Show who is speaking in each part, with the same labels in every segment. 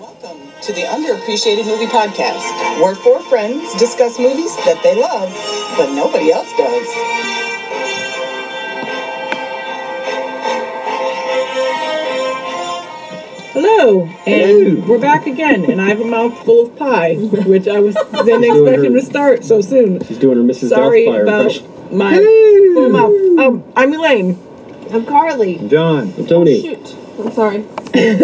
Speaker 1: Welcome to the Underappreciated Movie Podcast, where four friends discuss movies that they love, but nobody else does.
Speaker 2: Hello, and
Speaker 3: Hello.
Speaker 2: we're back again, and I have a mouthful of pie, which I was then expecting to start so soon.
Speaker 3: She's doing her Mrs.
Speaker 2: Sorry
Speaker 3: Doubtfire
Speaker 2: about
Speaker 3: impression.
Speaker 2: my
Speaker 3: Hello.
Speaker 2: full mouth. Um, I'm Elaine.
Speaker 4: I'm Carly.
Speaker 3: I'm
Speaker 5: John,
Speaker 3: Tony.
Speaker 4: Shoot. I'm sorry.
Speaker 5: each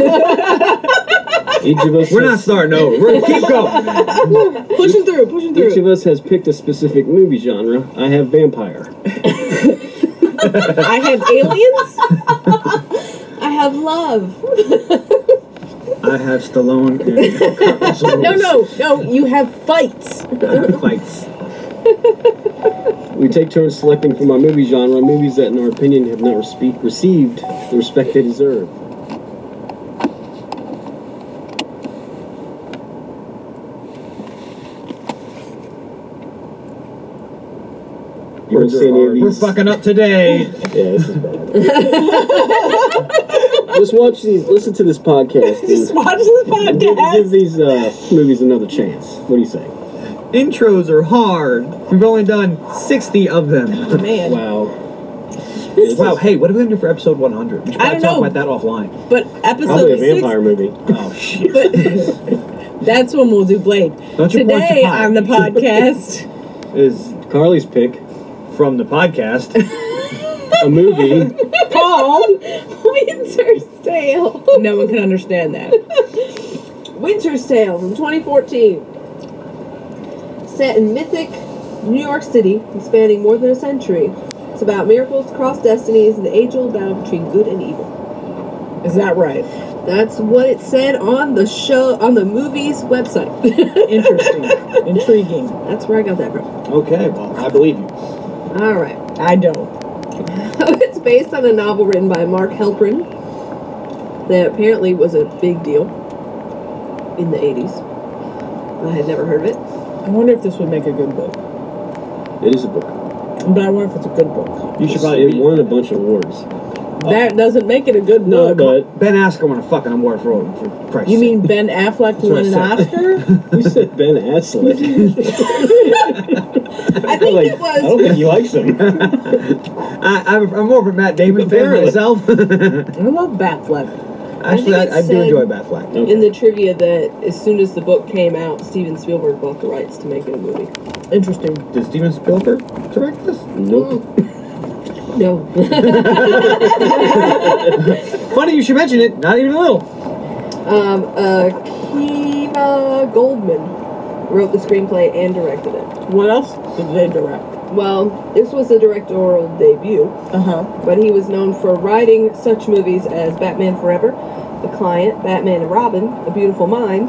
Speaker 5: of us
Speaker 3: We're not
Speaker 5: has,
Speaker 3: starting over. We're gonna keep going.
Speaker 2: Pushing through, pushing
Speaker 5: each of
Speaker 2: through.
Speaker 5: us has picked a specific movie genre. I have vampire.
Speaker 2: I have aliens.
Speaker 4: I have love.
Speaker 3: I have Stallone and Carlson
Speaker 2: No, no, no. You have fights.
Speaker 3: fights.
Speaker 5: We take turns selecting from our movie genre movies that, in our opinion, have not respe- received the respect they deserve. You want to say any of
Speaker 3: We're
Speaker 5: these?
Speaker 3: fucking up today.
Speaker 5: Yeah, this is bad. Just watch these. Listen to this podcast. and-
Speaker 2: Just watch this
Speaker 5: Give, give
Speaker 2: podcast.
Speaker 5: these uh, movies another chance. What do you say?
Speaker 3: Intros are hard. We've only done 60 of them.
Speaker 2: Man,
Speaker 5: Wow.
Speaker 3: Wow, hey, what are we gonna do for episode 100? We should
Speaker 2: I
Speaker 3: probably
Speaker 2: don't
Speaker 3: talk
Speaker 2: know.
Speaker 3: about that offline.
Speaker 2: but
Speaker 5: Probably a
Speaker 2: episode
Speaker 5: vampire
Speaker 2: six.
Speaker 5: movie.
Speaker 3: Oh, shit.
Speaker 2: That's when we'll do Blade.
Speaker 3: Don't you want
Speaker 2: Today
Speaker 3: your pie?
Speaker 2: on the podcast.
Speaker 3: Is
Speaker 5: Carly's pick
Speaker 3: from the podcast.
Speaker 5: a movie.
Speaker 2: Paul.
Speaker 4: Winter's Tale.
Speaker 2: No one can understand that.
Speaker 4: Winter's Tale from 2014. Set in mythic New York City, spanning more than a century. It's about miracles, cross destinies, and the age-old battle between good and evil.
Speaker 2: Is that right?
Speaker 4: That's what it said on the show on the movie's website.
Speaker 2: Interesting. Intriguing.
Speaker 4: That's where I got that from.
Speaker 3: okay, well, I believe you.
Speaker 4: All right.
Speaker 2: I don't.
Speaker 4: it's based on a novel written by Mark Helprin that apparently was a big deal in the 80s. I had never heard of it.
Speaker 2: I wonder if this would make a good book.
Speaker 5: It is a book.
Speaker 2: But I wonder if it's a good book.
Speaker 3: You should probably
Speaker 5: It
Speaker 3: read
Speaker 5: won a bunch of awards.
Speaker 2: That doesn't make it a good
Speaker 5: No,
Speaker 2: book.
Speaker 5: but
Speaker 3: Ben Asker won a fucking award for, for Christ's
Speaker 2: You
Speaker 3: sake.
Speaker 2: mean Ben Affleck won an
Speaker 3: what I
Speaker 2: Oscar?
Speaker 5: you said Ben Affleck.
Speaker 4: I think
Speaker 5: Like,
Speaker 4: it
Speaker 5: I don't
Speaker 4: was.
Speaker 5: think he likes him.
Speaker 3: I, I'm, I'm more of a Matt Damon fan
Speaker 5: Apparently.
Speaker 3: myself.
Speaker 2: I love Batfleck.
Speaker 3: Actually,
Speaker 4: think
Speaker 3: I, I
Speaker 4: it's,
Speaker 3: do
Speaker 4: uh,
Speaker 3: enjoy Batfleck.
Speaker 4: In the trivia, that as soon as the book came out, Steven Spielberg bought the rights to make it a movie.
Speaker 2: Interesting.
Speaker 3: Did Steven Spielberg direct this?
Speaker 5: Nope.
Speaker 4: No,
Speaker 3: Funny you should mention it. Not even a little.
Speaker 4: um, uh, Kiva Goldman wrote the screenplay and directed it.
Speaker 2: What else did they direct?
Speaker 4: Well, this was the directorial debut.
Speaker 2: Uh huh.
Speaker 4: but he was known for writing such movies as Batman Forever, The Client, Batman and Robin, A Beautiful Mind,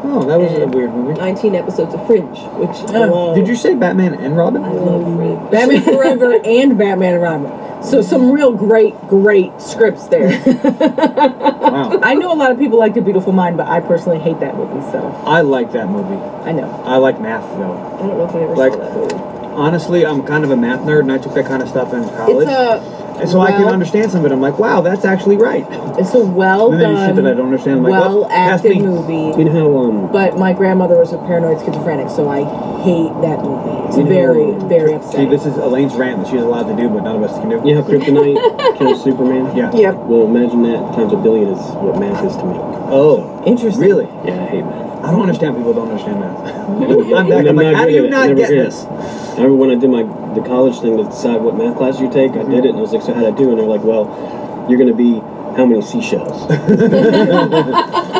Speaker 3: Oh, that was a weird movie.
Speaker 4: 19 episodes of Fringe, which I
Speaker 2: Oh.
Speaker 4: love.
Speaker 3: Did you say Batman and Robin?
Speaker 4: I love Fringe.
Speaker 2: Batman Forever and Batman and Robin. So some real great, great scripts there.
Speaker 3: Wow.
Speaker 2: I know a lot of people like The Beautiful Mind, but I personally hate that movie. So
Speaker 3: I like that movie.
Speaker 2: I know.
Speaker 3: I like math though.
Speaker 4: I don't know if I ever
Speaker 3: Like-
Speaker 4: saw that movie.
Speaker 3: Honestly, I'm kind of a math nerd, and I took that kind of stuff in college,
Speaker 4: It's a
Speaker 3: and so I can
Speaker 4: well-
Speaker 3: understand some of it. I'm like, wow, that's actually right.
Speaker 2: It's a well
Speaker 3: And then there's shit
Speaker 2: done,
Speaker 3: that I don't understand. I'm like,
Speaker 2: well
Speaker 3: well, that's
Speaker 2: acted
Speaker 3: me.
Speaker 2: movie.
Speaker 5: You know how um,
Speaker 2: But my grandmother was a paranoid schizophrenic, so I hate that movie. It's
Speaker 5: You know-
Speaker 2: very, very
Speaker 3: See,
Speaker 2: upsetting.
Speaker 3: this is Elaine's rant that she's allowed to do, but none of us can do.
Speaker 5: you know how Kryptonite kills Superman?
Speaker 3: Yeah.
Speaker 2: Yep.
Speaker 5: Well, imagine that times a billion is what math is to me.
Speaker 3: Oh,
Speaker 2: Interesting.
Speaker 3: really?
Speaker 5: Yeah, I hate math.
Speaker 3: I don't understand people don't understand math. I'm back.
Speaker 5: And
Speaker 3: I'm
Speaker 5: I'm
Speaker 3: like,
Speaker 5: not
Speaker 3: how do
Speaker 5: good at
Speaker 3: you
Speaker 5: it.
Speaker 3: not
Speaker 5: Never
Speaker 3: get
Speaker 5: good.
Speaker 3: this?
Speaker 5: I remember when I did my the college thing to decide what math class you take. I did it, and I was like, "So how'd I do?" And they're like, "Well, you're gonna be how many seashells?"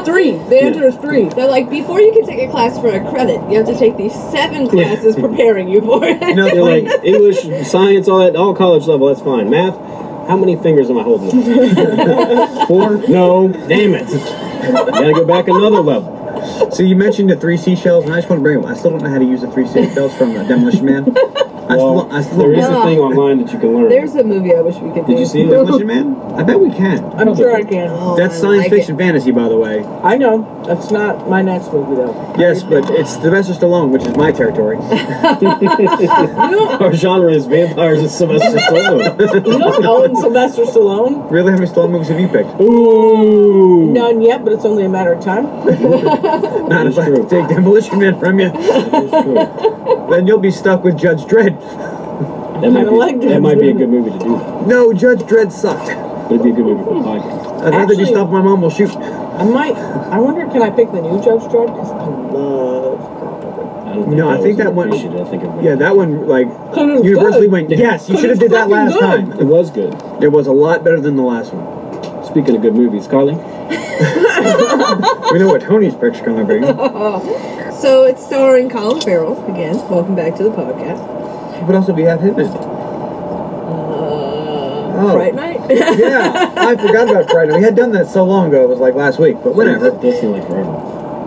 Speaker 2: Three. The answer is three.
Speaker 4: They're like, before you can take a class for a credit, you have to take these seven classes preparing you for it.
Speaker 3: No,
Speaker 5: They're like English, science, all that, all college level. That's fine. Math. How many fingers am I holding? up?
Speaker 3: four.
Speaker 5: no, damn it! Gotta go back another level.
Speaker 3: So you mentioned the three seashells, and I just want to bring them. I still don't know how to use the three seashells from the Demolition Man. I still,
Speaker 5: Well,
Speaker 3: I still
Speaker 5: there is
Speaker 4: Yeah.
Speaker 5: a thing online that you can learn.
Speaker 4: There's a movie I wish we could do.
Speaker 5: Did you see it?
Speaker 3: Demolition Man. I bet we can.
Speaker 2: I'm sure I can.
Speaker 4: Oh,
Speaker 3: That's
Speaker 4: I
Speaker 3: science
Speaker 4: like
Speaker 3: fiction fantasy, by the way.
Speaker 2: I know. That's not my next movie, though.
Speaker 3: Yes, but it's Sylvester Stallone, which is my territory.
Speaker 4: It. You know,
Speaker 5: Our genre is vampires and Sylvester Stallone.
Speaker 2: You don't own Sylvester Stallone?
Speaker 3: really, how many Stallone movies have you picked?
Speaker 5: Ooh.
Speaker 2: None yet, but it's only a matter of time.
Speaker 3: Not if
Speaker 5: That's
Speaker 3: I
Speaker 5: true.
Speaker 3: take Demolition Man from you,
Speaker 5: That's true. That
Speaker 3: then you'll be stuck with Judge Dredd.
Speaker 5: might, be,
Speaker 2: like
Speaker 5: that
Speaker 2: that.
Speaker 5: might be a good movie to do.
Speaker 3: No, Judge Dredd sucked.
Speaker 5: That'd be a good movie for a podcast.
Speaker 3: I'd rather do
Speaker 2: Actually-
Speaker 3: stuff my mom will shoot.
Speaker 2: I might. I wonder, can I pick the new Judge Dredd? Because I love.
Speaker 5: I don't think
Speaker 3: No, I think
Speaker 5: was
Speaker 3: that one-
Speaker 5: appreciated. I think it
Speaker 3: Yeah, that one like
Speaker 2: Kind of
Speaker 3: universally
Speaker 2: good.
Speaker 3: went. Yes, you
Speaker 2: Kind
Speaker 3: should have
Speaker 2: of
Speaker 3: did that
Speaker 2: fucking
Speaker 3: last
Speaker 2: good.
Speaker 5: It
Speaker 3: time.
Speaker 5: was good.
Speaker 3: It was a lot better than the last one.
Speaker 5: Speaking of good movies, Carly,
Speaker 3: We know what Tony's pick's gonna be.
Speaker 4: so it's starring Colin Farrell again. Welcome back to the podcast.
Speaker 3: What else did we have him in?
Speaker 4: Uh, Fright Night.
Speaker 3: Yeah, I forgot about Friday. We had done that so long ago. It was like last week, but whatever.
Speaker 5: That does seem like forever.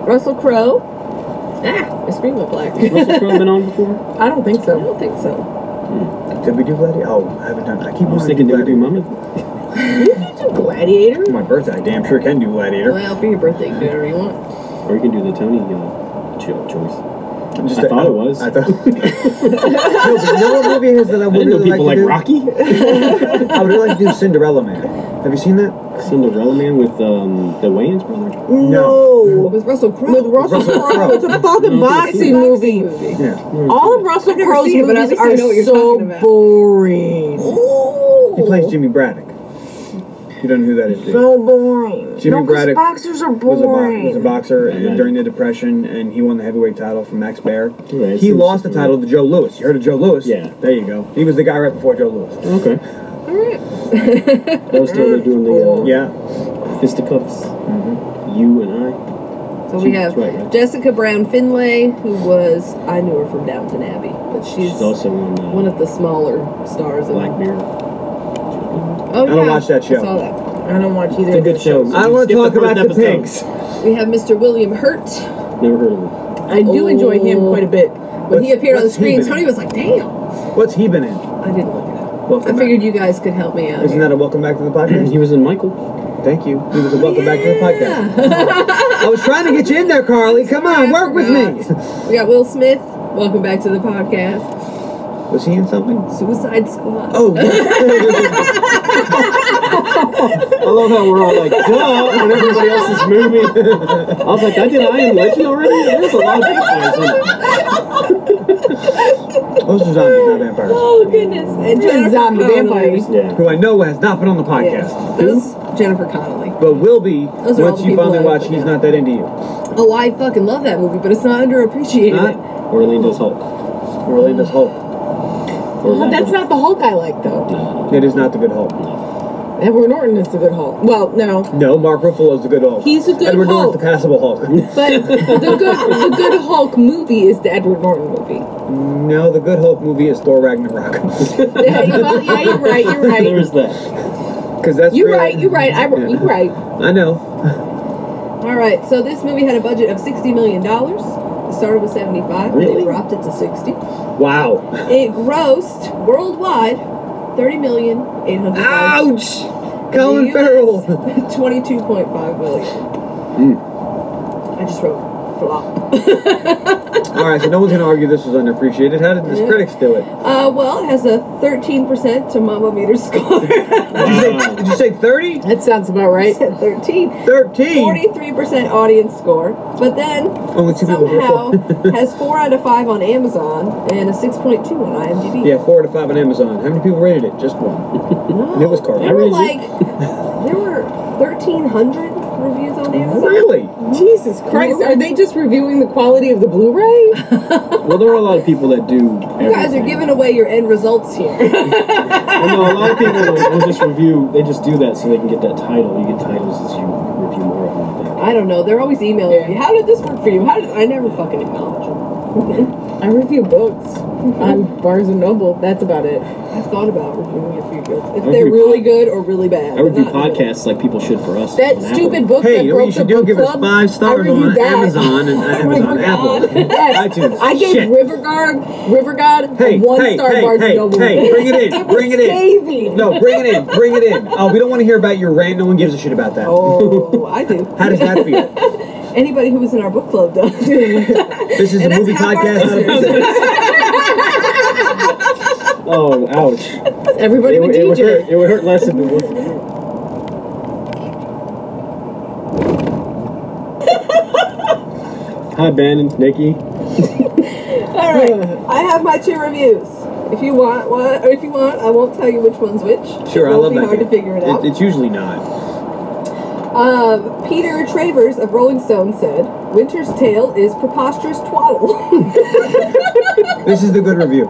Speaker 4: Russell Crowe. Ah, my screen went black.
Speaker 5: Russell Crowe been on before?
Speaker 2: I don't think
Speaker 4: I
Speaker 2: so.
Speaker 4: don't think so.
Speaker 3: Did we do Gladiator? Oh, I haven't done. I keep
Speaker 5: I was
Speaker 3: wanting to
Speaker 5: thinking,
Speaker 3: do
Speaker 5: did we do
Speaker 3: Gladiator.
Speaker 5: Mummy?
Speaker 4: Gladiator.
Speaker 3: My birthday, I damn sure can do
Speaker 5: Oh,
Speaker 3: Gladiator.
Speaker 4: Well, for your birthday, you do whatever you want.
Speaker 5: Or you can do the Tony uh, chill choice.
Speaker 3: Just
Speaker 5: I thought it was.
Speaker 3: I thought. no, but you know what movie it is that I
Speaker 5: I
Speaker 3: would
Speaker 5: didn't know
Speaker 3: really
Speaker 5: people like
Speaker 3: like to
Speaker 5: Rocky.
Speaker 3: do? I would really like to do Cinderella Man. Have you seen that?
Speaker 5: Cinderella Man with um, the Wayans brother.
Speaker 2: No.
Speaker 4: With Russell Crowe.
Speaker 2: With Russell
Speaker 3: Russell Crowe.
Speaker 2: Crowe, it's a fucking
Speaker 5: No, I
Speaker 2: boxing movie.
Speaker 3: Yeah.
Speaker 2: All of Russell
Speaker 4: I've never
Speaker 2: Crowe's
Speaker 4: seen it, but
Speaker 2: movies
Speaker 4: at least I
Speaker 2: are
Speaker 4: know what you're
Speaker 2: so
Speaker 4: talking about.
Speaker 2: boring.
Speaker 4: Ooh.
Speaker 3: He plays Jimmy Braddock. You don't know who that is, do you?
Speaker 2: So boring.
Speaker 3: Jimmy
Speaker 2: no, 'cause
Speaker 3: Braddock
Speaker 2: boxers are
Speaker 3: was a, bo-
Speaker 2: boring.
Speaker 3: was a boxer and
Speaker 5: Yeah.
Speaker 3: during the Depression, and he won the heavyweight title from Max Baer.
Speaker 5: Yeah,
Speaker 3: he
Speaker 5: it's-
Speaker 3: lost the title to Joe Lewis. You heard of Joe Lewis?
Speaker 5: Yeah.
Speaker 3: There you go. He was the guy right before Joe Lewis.
Speaker 5: Okay.
Speaker 4: All right.
Speaker 5: That was still doing the uh,
Speaker 3: Yeah.
Speaker 5: fisticuffs.
Speaker 3: Mm-hmm.
Speaker 5: You and I.
Speaker 4: So we
Speaker 5: That's
Speaker 4: have
Speaker 5: right, right?
Speaker 4: Jessica Brown Finlay, who was I knew her from Downton Abbey, but she's,
Speaker 5: She's also on uh,
Speaker 4: one of the smaller stars in
Speaker 5: Black Mirror.
Speaker 4: Oh,
Speaker 3: I don't
Speaker 4: yeah,
Speaker 3: watch that show.
Speaker 4: I saw that.
Speaker 2: I don't watch either.
Speaker 5: It's a
Speaker 2: of
Speaker 5: good
Speaker 2: those
Speaker 5: show.
Speaker 2: shows.
Speaker 3: I want to
Speaker 5: Skip
Speaker 3: talk
Speaker 5: the first
Speaker 3: about the
Speaker 5: episode.
Speaker 3: pigs.
Speaker 4: We have Mr. William Hurt.
Speaker 5: Never heard of him.
Speaker 2: I do enjoy him quite a bit.
Speaker 4: When he
Speaker 3: What's-
Speaker 4: appeared on the
Speaker 3: what's he
Speaker 4: screen,
Speaker 3: been
Speaker 4: Tony
Speaker 3: in?
Speaker 4: was like, "Damn!"
Speaker 3: What's he been in?
Speaker 4: I didn't look it up.
Speaker 3: Welcome
Speaker 4: I figured you guys could help me out.
Speaker 3: back. Isn't that a welcome back to the podcast?
Speaker 5: He was in Michael.
Speaker 3: Thank you. He was a welcome back to the podcast.
Speaker 4: podcast.
Speaker 3: I was trying to get you in there, Carly. Come on, work with me.
Speaker 4: we got Will Smith. Welcome back to the podcast.
Speaker 3: Was he in something?
Speaker 4: Suicide Squad.
Speaker 3: Oh. yeah.
Speaker 5: I love how we're all like, duh, when everybody else is moving. I was like, I did I Am Legend already? There's a lot of vampires in it.
Speaker 3: Those are zombies, not vampires.
Speaker 4: Oh, goodness! And
Speaker 2: Just
Speaker 4: Jennifer
Speaker 2: zombie
Speaker 4: Connelly.
Speaker 2: vampires.
Speaker 5: Yeah.
Speaker 3: Who I know has not been on the
Speaker 4: Yes,
Speaker 3: podcast,
Speaker 4: those Jennifer Connelly.
Speaker 3: but will be
Speaker 4: Those are all
Speaker 3: once
Speaker 4: the
Speaker 3: you
Speaker 4: people
Speaker 3: finally
Speaker 4: I
Speaker 3: watch
Speaker 4: like
Speaker 3: He's
Speaker 4: now.
Speaker 3: Not That Into You.
Speaker 4: Oh, I fucking love that movie, but it's not underappreciated.
Speaker 3: Not
Speaker 5: Orlando's Hulk.
Speaker 3: Orlando's Hulk.
Speaker 5: Orlando.
Speaker 2: Well, that's not the Hulk I like though.
Speaker 5: No.
Speaker 3: It is not the good Hulk.
Speaker 2: Edward Norton is the good Hulk. Well, no,
Speaker 3: No, Mark Ruffalo is the good Hulk.
Speaker 2: He's a good
Speaker 3: Edward
Speaker 2: Hulk.
Speaker 3: Norton's the passable Hulk.
Speaker 2: but the good the good Hulk movie is the Edward Norton movie.
Speaker 3: no, the good Hulk movie is Thor Ragnarok.
Speaker 2: Yeah, you- well, yeah, you're right. You're
Speaker 5: There
Speaker 2: right.
Speaker 5: is that.
Speaker 3: Because that's
Speaker 2: You're
Speaker 3: where-
Speaker 2: right. You're right. I, you're right.
Speaker 3: I know.
Speaker 4: All right, so this movie had a budget of sixty million dollars. It started with seventy-five, and they
Speaker 5: Really?
Speaker 4: dropped it to sixty.
Speaker 3: Wow.
Speaker 4: It grossed worldwide thirty million eight hundred.
Speaker 3: Ouch! Colin Farrell.
Speaker 4: Twenty-two point five million. I just wrote flop.
Speaker 3: All right, so no one's gonna argue this was underappreciated. How did the
Speaker 4: Yeah.
Speaker 3: critics do it?
Speaker 4: Uh, well, it has a thirteen percent to Mamma Meter score.
Speaker 3: Did you say,
Speaker 5: Wow.
Speaker 3: did you say 30?
Speaker 2: That sounds about right.
Speaker 4: Said Thirteen.
Speaker 3: 13?
Speaker 4: Forty-three percent audience score, but then
Speaker 3: Only two people
Speaker 4: somehow
Speaker 3: voted.
Speaker 4: has four out of five on Amazon and a six point two on IMDb.
Speaker 3: Yeah, four to five on Amazon. How many people rated it? Just one.
Speaker 4: No,
Speaker 3: And it was Carly.
Speaker 4: There were
Speaker 5: Really?
Speaker 4: like there were thirteen hundred reviews on Amazon.
Speaker 3: Really?
Speaker 2: Oh, Jesus Christ, are they just reviewing the quality of the Blu-ray?
Speaker 5: Well, there are a lot of people that do. Everything.
Speaker 4: You guys are giving away your end results here.
Speaker 5: I know a lot of people will, will just review. They just do that so they can get that title. You get titles as you review more of them. I think.
Speaker 4: I don't know. They're always emailing me. How did this work for you? How did I never fucking acknowledge them?
Speaker 2: I review books
Speaker 3: Mm-hmm.
Speaker 2: on Barnes and Noble. That's about it.
Speaker 4: I've thought about reviewing a few books. If
Speaker 5: I would
Speaker 4: they're
Speaker 5: do-
Speaker 4: really good or really bad.
Speaker 5: I would do
Speaker 4: but not really.
Speaker 5: podcasts like people should for us.
Speaker 2: That
Speaker 5: on Apple.
Speaker 2: stupid book
Speaker 3: Hey,
Speaker 2: that
Speaker 3: you know what
Speaker 2: broke
Speaker 3: you should
Speaker 2: the
Speaker 3: do?
Speaker 2: book
Speaker 3: Give
Speaker 2: club.
Speaker 3: us five stars
Speaker 2: I reviewed
Speaker 3: on
Speaker 2: that. Oh
Speaker 3: Amazon and
Speaker 4: Oh
Speaker 3: Amazon, Apple,
Speaker 2: Yes.
Speaker 3: iTunes.
Speaker 2: I gave
Speaker 3: Shit.
Speaker 2: Rivergard, Rivergod
Speaker 3: Hey,
Speaker 2: a one
Speaker 3: hey,
Speaker 2: star
Speaker 3: hey,
Speaker 2: Barnes
Speaker 3: hey,
Speaker 2: and Noble.
Speaker 3: hey, bring it in,
Speaker 2: was
Speaker 3: bring it in.
Speaker 2: scathing.
Speaker 3: No, bring it in, bring it in. Oh, we don't want to hear about your rant. No one gives a shit about that.
Speaker 4: Oh, I do.
Speaker 3: How does that feel?
Speaker 4: Anybody who was in our book club does.
Speaker 3: This is
Speaker 4: And
Speaker 3: a
Speaker 4: that's
Speaker 3: movie
Speaker 4: half our
Speaker 3: podcast. not a-
Speaker 4: listeners.
Speaker 5: Oh, ouch.
Speaker 2: Everybody
Speaker 5: It,
Speaker 2: would
Speaker 5: would- it would hurt.
Speaker 2: DJ.
Speaker 5: It would hurt less if it was.
Speaker 3: Oh,
Speaker 5: Hi, Ben and Nikki.
Speaker 4: All right, I have my two reviews. If you want, one, or if you want, I won't tell you which one's which.
Speaker 3: Sure,
Speaker 4: it
Speaker 3: I love
Speaker 4: be
Speaker 3: that.
Speaker 4: hard
Speaker 3: game.
Speaker 4: to figure it out.
Speaker 3: It's usually not.
Speaker 4: Um, Peter Travers of Rolling Stone said, "Winter's Tale is preposterous twaddle."
Speaker 3: This is the good review.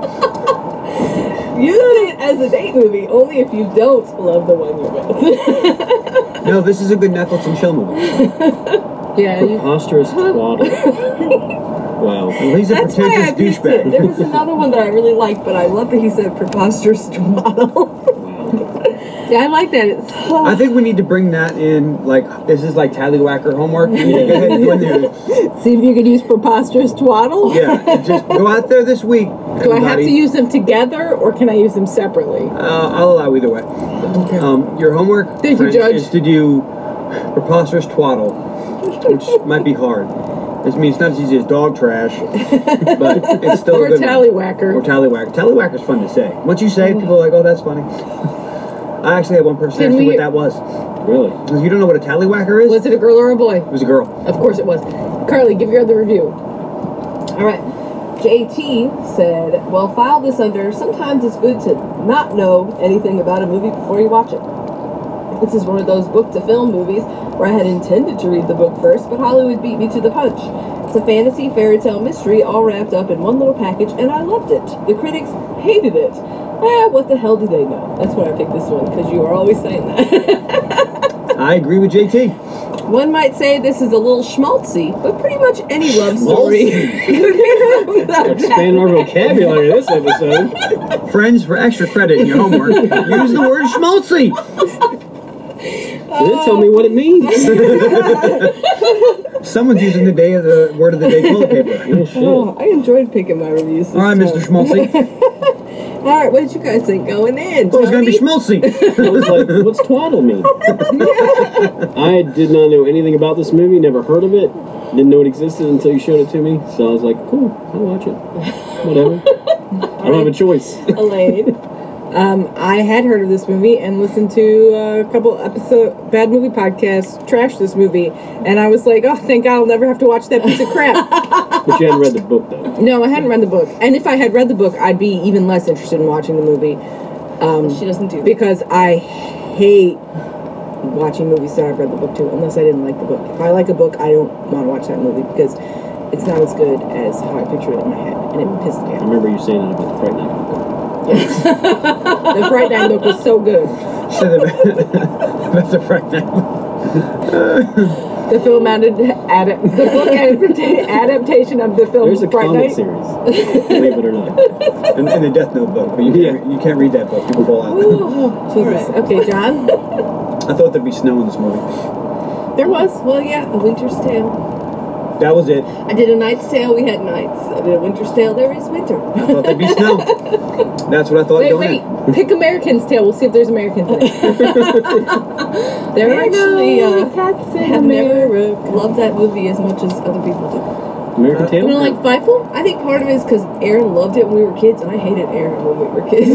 Speaker 4: Use it as a date movie only if you don't love the one you're with.
Speaker 3: No, this is a good Netflix and chill movie.
Speaker 2: Yeah, you,
Speaker 5: Preposterous twaddle. Wow.
Speaker 3: Well, he's a
Speaker 4: That's why I
Speaker 3: pretentious
Speaker 4: picked it.
Speaker 3: douchebag.
Speaker 4: There was another one that I really liked, but I love that he said preposterous twaddle.
Speaker 5: Wow.
Speaker 2: yeah, I like that. It's so
Speaker 3: I think we need to bring that in. Like this is like tallywhacker homework. You need to go ahead and go in there.
Speaker 2: See if you could use preposterous twaddle.
Speaker 3: Yeah, just go out there this week.
Speaker 2: Do I have to use them together or can I use them separately?
Speaker 3: Uh, I'll allow either way. Um, your homework
Speaker 2: Thank you,
Speaker 3: friends,
Speaker 2: Judge.
Speaker 3: is to do preposterous twaddle, which might be hard. This means it's not as easy as dog trash, but it's still
Speaker 2: Or
Speaker 3: a good one. Or
Speaker 2: tallywhacker.
Speaker 3: tallywhacker. Tallywhacker's fun to say. Once you say it, people are like, oh, that's funny. I actually had one person
Speaker 2: Did
Speaker 3: ask me
Speaker 2: we-
Speaker 3: what that was.
Speaker 5: Really?
Speaker 3: 'Cause You don't know what a tallywhacker is?
Speaker 2: Was it a girl or a boy?
Speaker 3: It was a girl.
Speaker 2: Of course it was. Carly, give your other review.
Speaker 4: All right. JT said, "Well, file this under. Sometimes it's good to not know anything about a movie before you watch it. This is one of those book to film movies where I had intended to read the book first, but Hollywood beat me to the punch. It's a fantasy fairy tale mystery all wrapped up in one little package, and I loved it. The critics hated it. Ah, what the hell do they know? That's why I picked this one because you are always saying that."
Speaker 3: I agree with JT.
Speaker 4: One might say this is a little schmaltzy, but pretty much any love story. could be summed up
Speaker 5: Expand our vocabulary this episode.
Speaker 3: Friends, for extra credit in your homework, use the word schmaltzy.
Speaker 5: You didn't tell me what it means.
Speaker 3: Someone's using the day of the word of the day toilet paper.
Speaker 5: Oh, shit.
Speaker 4: Oh, I enjoyed picking my reviews. this
Speaker 3: All right,
Speaker 4: time.
Speaker 3: Mr. Schmaltzy.
Speaker 4: All right, what did you guys think going in?
Speaker 3: Oh, it's gonna be
Speaker 4: Tony?
Speaker 3: schmaltzy.
Speaker 5: I was like, what's twaddle mean? I did not know anything about this movie, never heard of it, didn't know it existed until you showed it to me. So I was like, cool, I'll watch it. Whatever. I don't have a choice.
Speaker 4: Elaine.
Speaker 2: Um, I had heard of this movie and listened to uh, a couple episode bad movie podcasts trash this movie, and I was like, oh, thank God I'll never have to watch that piece of crap.
Speaker 5: But you hadn't read the book though.
Speaker 2: no, I hadn't read the book, and if I had read the book, I'd be even less interested in watching the movie
Speaker 4: She doesn't do that.
Speaker 2: because I hate watching movies that I've read the book to, unless I didn't like the book. If I like a book, I don't want to watch that movie because it's not as good as how I picture it in my head, and it pissed me
Speaker 5: I
Speaker 2: off.
Speaker 5: remember you saying that about the Fright Night book.
Speaker 2: The Fright Night book was so good.
Speaker 3: Say that. That's a Friday night.
Speaker 2: The film added, adapt, the book adapta- adaptation of the film
Speaker 5: There's a
Speaker 2: Fright
Speaker 5: comic
Speaker 2: Night.
Speaker 5: series. Believe it or not.
Speaker 3: In, in the Death Note book, but you can't,
Speaker 5: Yeah.
Speaker 3: you can't read that book. People fall out.
Speaker 4: Oh,
Speaker 2: Jesus. Okay, John.
Speaker 3: I thought there'd be snow in this movie.
Speaker 4: There was. Well, yeah, a winter's tale.
Speaker 3: That was it.
Speaker 4: I did a night's tale. We had nights. I did a winter's tale. There is winter.
Speaker 3: I thought there'd be snow. That's what I thought
Speaker 2: Wait,
Speaker 3: going
Speaker 2: wait.
Speaker 3: in.
Speaker 2: Pick American's Tale. We'll see if there's Americans in it. there
Speaker 4: I
Speaker 2: are
Speaker 4: actually, uh,
Speaker 2: cats
Speaker 4: I
Speaker 2: in
Speaker 4: have never
Speaker 2: America.
Speaker 4: loved that movie as much as other people
Speaker 5: American
Speaker 2: You
Speaker 5: Tail?
Speaker 2: don't like Fievel?
Speaker 4: do. I think part of it is because Aaron loved it when we were kids, and I hated Aaron when we were kids.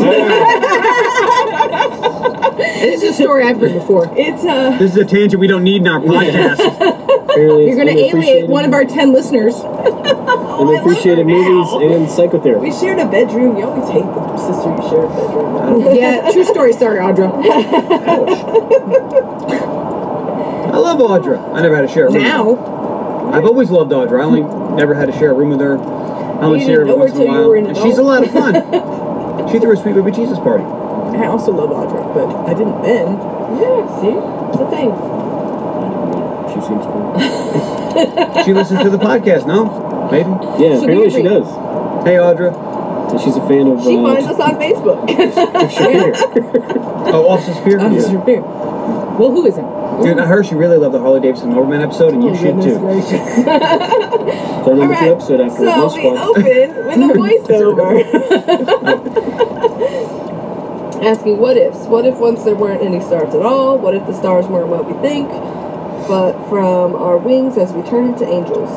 Speaker 2: This is a story I've heard before.
Speaker 4: It's uh,
Speaker 3: This is a tangent we don't need in our podcast.
Speaker 5: Apparently
Speaker 2: You're
Speaker 5: it's
Speaker 2: going to alienate
Speaker 5: unappreciated-
Speaker 2: one of our 10 listeners.
Speaker 5: unappreciated movies and
Speaker 4: we
Speaker 5: psychotherapy.
Speaker 4: shared a bedroom. You always hate the sister you shared a bedroom. with.
Speaker 2: Yeah, true story. Sorry, Audra.
Speaker 3: I love Audra. I never had to share a room.
Speaker 2: Now,
Speaker 3: I've always loved Audra. I only never had to share a room with her. I only
Speaker 4: You
Speaker 3: see her
Speaker 4: didn't
Speaker 3: every
Speaker 4: know her
Speaker 3: once in a
Speaker 4: till you were
Speaker 3: while. And she's a lot
Speaker 4: an
Speaker 3: of fun. she threw a sweet baby Jesus party.
Speaker 2: I also love Audra, but I didn't then.
Speaker 4: Yeah, see? It's a thing.
Speaker 5: She seems cool.
Speaker 3: She listens to the podcast, no? Maybe.
Speaker 5: Yeah,
Speaker 2: She
Speaker 5: apparently
Speaker 2: did
Speaker 5: she
Speaker 2: read.
Speaker 5: does.
Speaker 3: Hey, Audra.
Speaker 5: So she's a fan of.
Speaker 4: She
Speaker 5: uh,
Speaker 4: finds us on Facebook.
Speaker 3: Oh, Officer Spear.
Speaker 2: Officer Beer. Well, who isn't?
Speaker 3: Dude, I heard she really loved the Harley Davidson Norman episode, and you should
Speaker 2: Goodness
Speaker 3: too.
Speaker 2: gracious.
Speaker 5: so I remember the episode after it,
Speaker 4: so
Speaker 5: most
Speaker 4: we
Speaker 5: fun.
Speaker 4: open with a voiceover. Asking what ifs. What if once there weren't any stars at all? What if the stars weren't what we think, but from our wings as we turn into angels?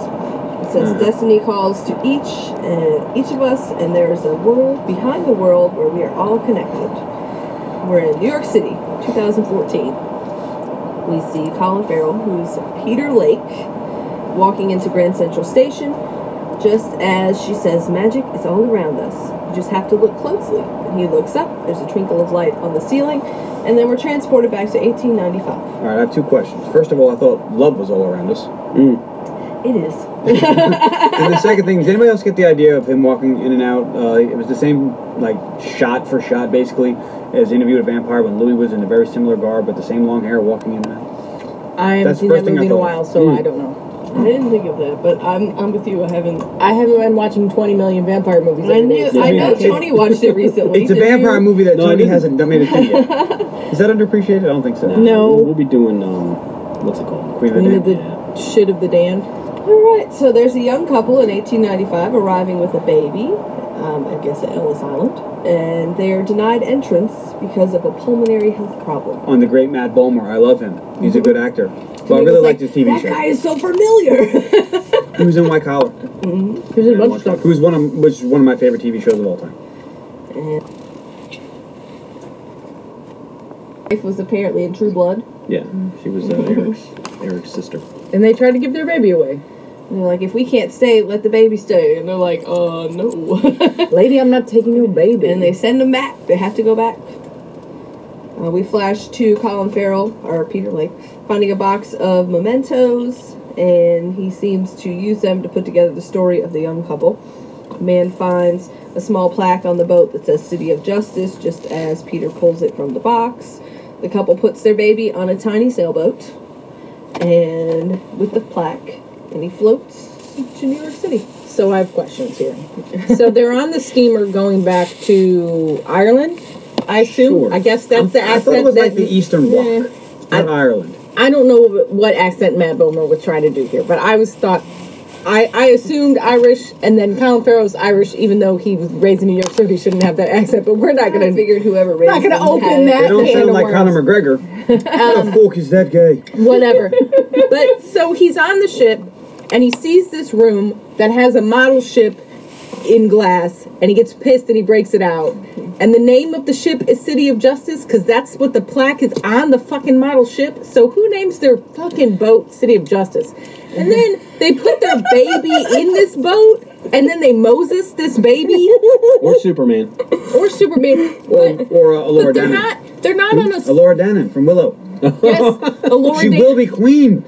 Speaker 4: It says
Speaker 3: Mhm.
Speaker 4: destiny calls to each and each of us, and there is a world behind the world where we are all connected. We're in New York City, 2014. We see Colin Farrell, who's Peter Lake, walking into Grand Central Station just as she says magic is all around us. You just have to look closely. And he looks up, there's a twinkle of light on the ceiling, and then we're transported back to 1895.
Speaker 3: All right, I have two questions. First of all, I thought love was all around us.
Speaker 5: Mm.
Speaker 4: It is.
Speaker 3: And the second thing, does anybody else get the idea of him walking in and out? Uh, it was the same, like, shot for shot, basically, as Interview with Vampire when Louis was in a very similar garb, but the same long hair walking in and out.
Speaker 2: I haven't
Speaker 3: That's the
Speaker 2: seen that
Speaker 3: first thing I
Speaker 2: movie in a
Speaker 3: thought of.
Speaker 2: while, so
Speaker 5: Mm.
Speaker 2: I don't know.
Speaker 4: Hmm. I didn't think of that, but I'm, I'm with you. I haven't.
Speaker 2: I haven't been watching 20 million vampire movies.
Speaker 4: I
Speaker 2: every day,
Speaker 4: knew.
Speaker 2: so
Speaker 4: I know
Speaker 3: it's-
Speaker 4: Tony watched it recently.
Speaker 3: It's a
Speaker 4: Did
Speaker 3: vampire
Speaker 4: you?
Speaker 3: movie that
Speaker 5: No, I
Speaker 3: Tony
Speaker 5: didn't.
Speaker 3: hasn't made it to yet. Is that underappreciated? I don't think so.
Speaker 2: No.
Speaker 5: We'll, we'll be doing um, what's it called?
Speaker 3: Queen of
Speaker 2: Queen
Speaker 3: the
Speaker 2: of
Speaker 3: Damned.
Speaker 5: Yeah.
Speaker 2: the shit of the damned.
Speaker 4: All right. So there's a young couple in 1895 arriving with a baby. Um, I guess at Ellis Island, and they are denied entrance because of a pulmonary health problem.
Speaker 3: On the great Matt Bomer. I love him. He's a good actor. Well, I
Speaker 4: He
Speaker 3: really
Speaker 4: was
Speaker 3: liked his TV
Speaker 4: that
Speaker 3: show.
Speaker 4: guy is so familiar.
Speaker 3: He was in White Collar.
Speaker 2: Mm-hmm. There's a bunch of stuff.
Speaker 3: Who was one of which is one of my favorite TV shows of all time.
Speaker 4: Wife was apparently in True Blood.
Speaker 5: Yeah. She was uh, Eric's Eric's sister.
Speaker 2: And they tried to give their baby away.
Speaker 4: And they're like, if we can't stay, let the baby stay. And they're like, uh, no.
Speaker 2: Lady, I'm not taking your baby.
Speaker 4: and they send them back. They have to go back. Uh, we flash to Colin Farrell, or Peter Lake, finding a box of mementos, and he seems to use them to put together the story of the young couple. Man finds a small plaque on the boat that says City of Justice, just as Peter pulls it from the box. The couple puts their baby on a tiny sailboat, and with the plaque, and he floats to New York City.
Speaker 2: So I have questions here. so they're on the steamer going back to Ireland. I assume.
Speaker 5: Sure.
Speaker 2: I guess that's the
Speaker 3: I thought it
Speaker 2: accent
Speaker 3: was
Speaker 2: that
Speaker 3: like the Eastern Walk. Not Ireland.
Speaker 2: I don't know what accent Matt Bomer was trying to do here, but I was thought. I, I assumed Irish, and then Colin Farrell's Irish, even though he was raised in New York, so he shouldn't have that accent. But we're not
Speaker 4: I
Speaker 2: going to
Speaker 4: figured whoever raised
Speaker 2: not gonna
Speaker 4: them
Speaker 2: open
Speaker 4: had it.
Speaker 2: that.
Speaker 3: They don't
Speaker 2: Hand
Speaker 3: sound
Speaker 2: of
Speaker 3: like
Speaker 2: worms.
Speaker 3: Conor McGregor. What
Speaker 4: Um,
Speaker 3: the fuck is that guy?
Speaker 2: whatever. but so he's on the ship and he sees this room that has a model ship in glass and he gets pissed and he breaks it out. And the name of the ship is City of Justice because that's what the plaque is on the fucking model ship. So who names their fucking boat City of Justice? And then they put their baby in this boat and then they Moses this baby
Speaker 5: Or Superman.
Speaker 2: or Superman.
Speaker 3: Or, or uh, Laura
Speaker 2: But they're
Speaker 3: Dannon.
Speaker 2: not they're not on a
Speaker 3: Uh, Laura Dannon from Willow.
Speaker 2: yes, a
Speaker 4: Oh,
Speaker 2: Laura
Speaker 3: she
Speaker 2: Dan-
Speaker 3: will be queen.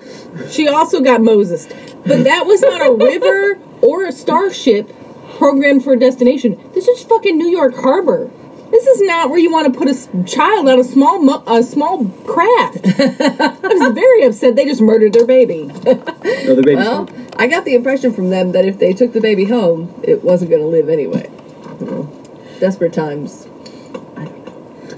Speaker 2: She also got Moses. But that was not a river or a starship programmed for a destination. This is fucking New York Harbor. This is not where you want to put a s- child on a small mo- a small craft. I was very upset. They just murdered their baby.
Speaker 3: No, the baby's
Speaker 4: Well,
Speaker 3: queen.
Speaker 4: I got the impression from them that if they took the baby home, it wasn't going to live anyway. Uh-huh. Desperate times.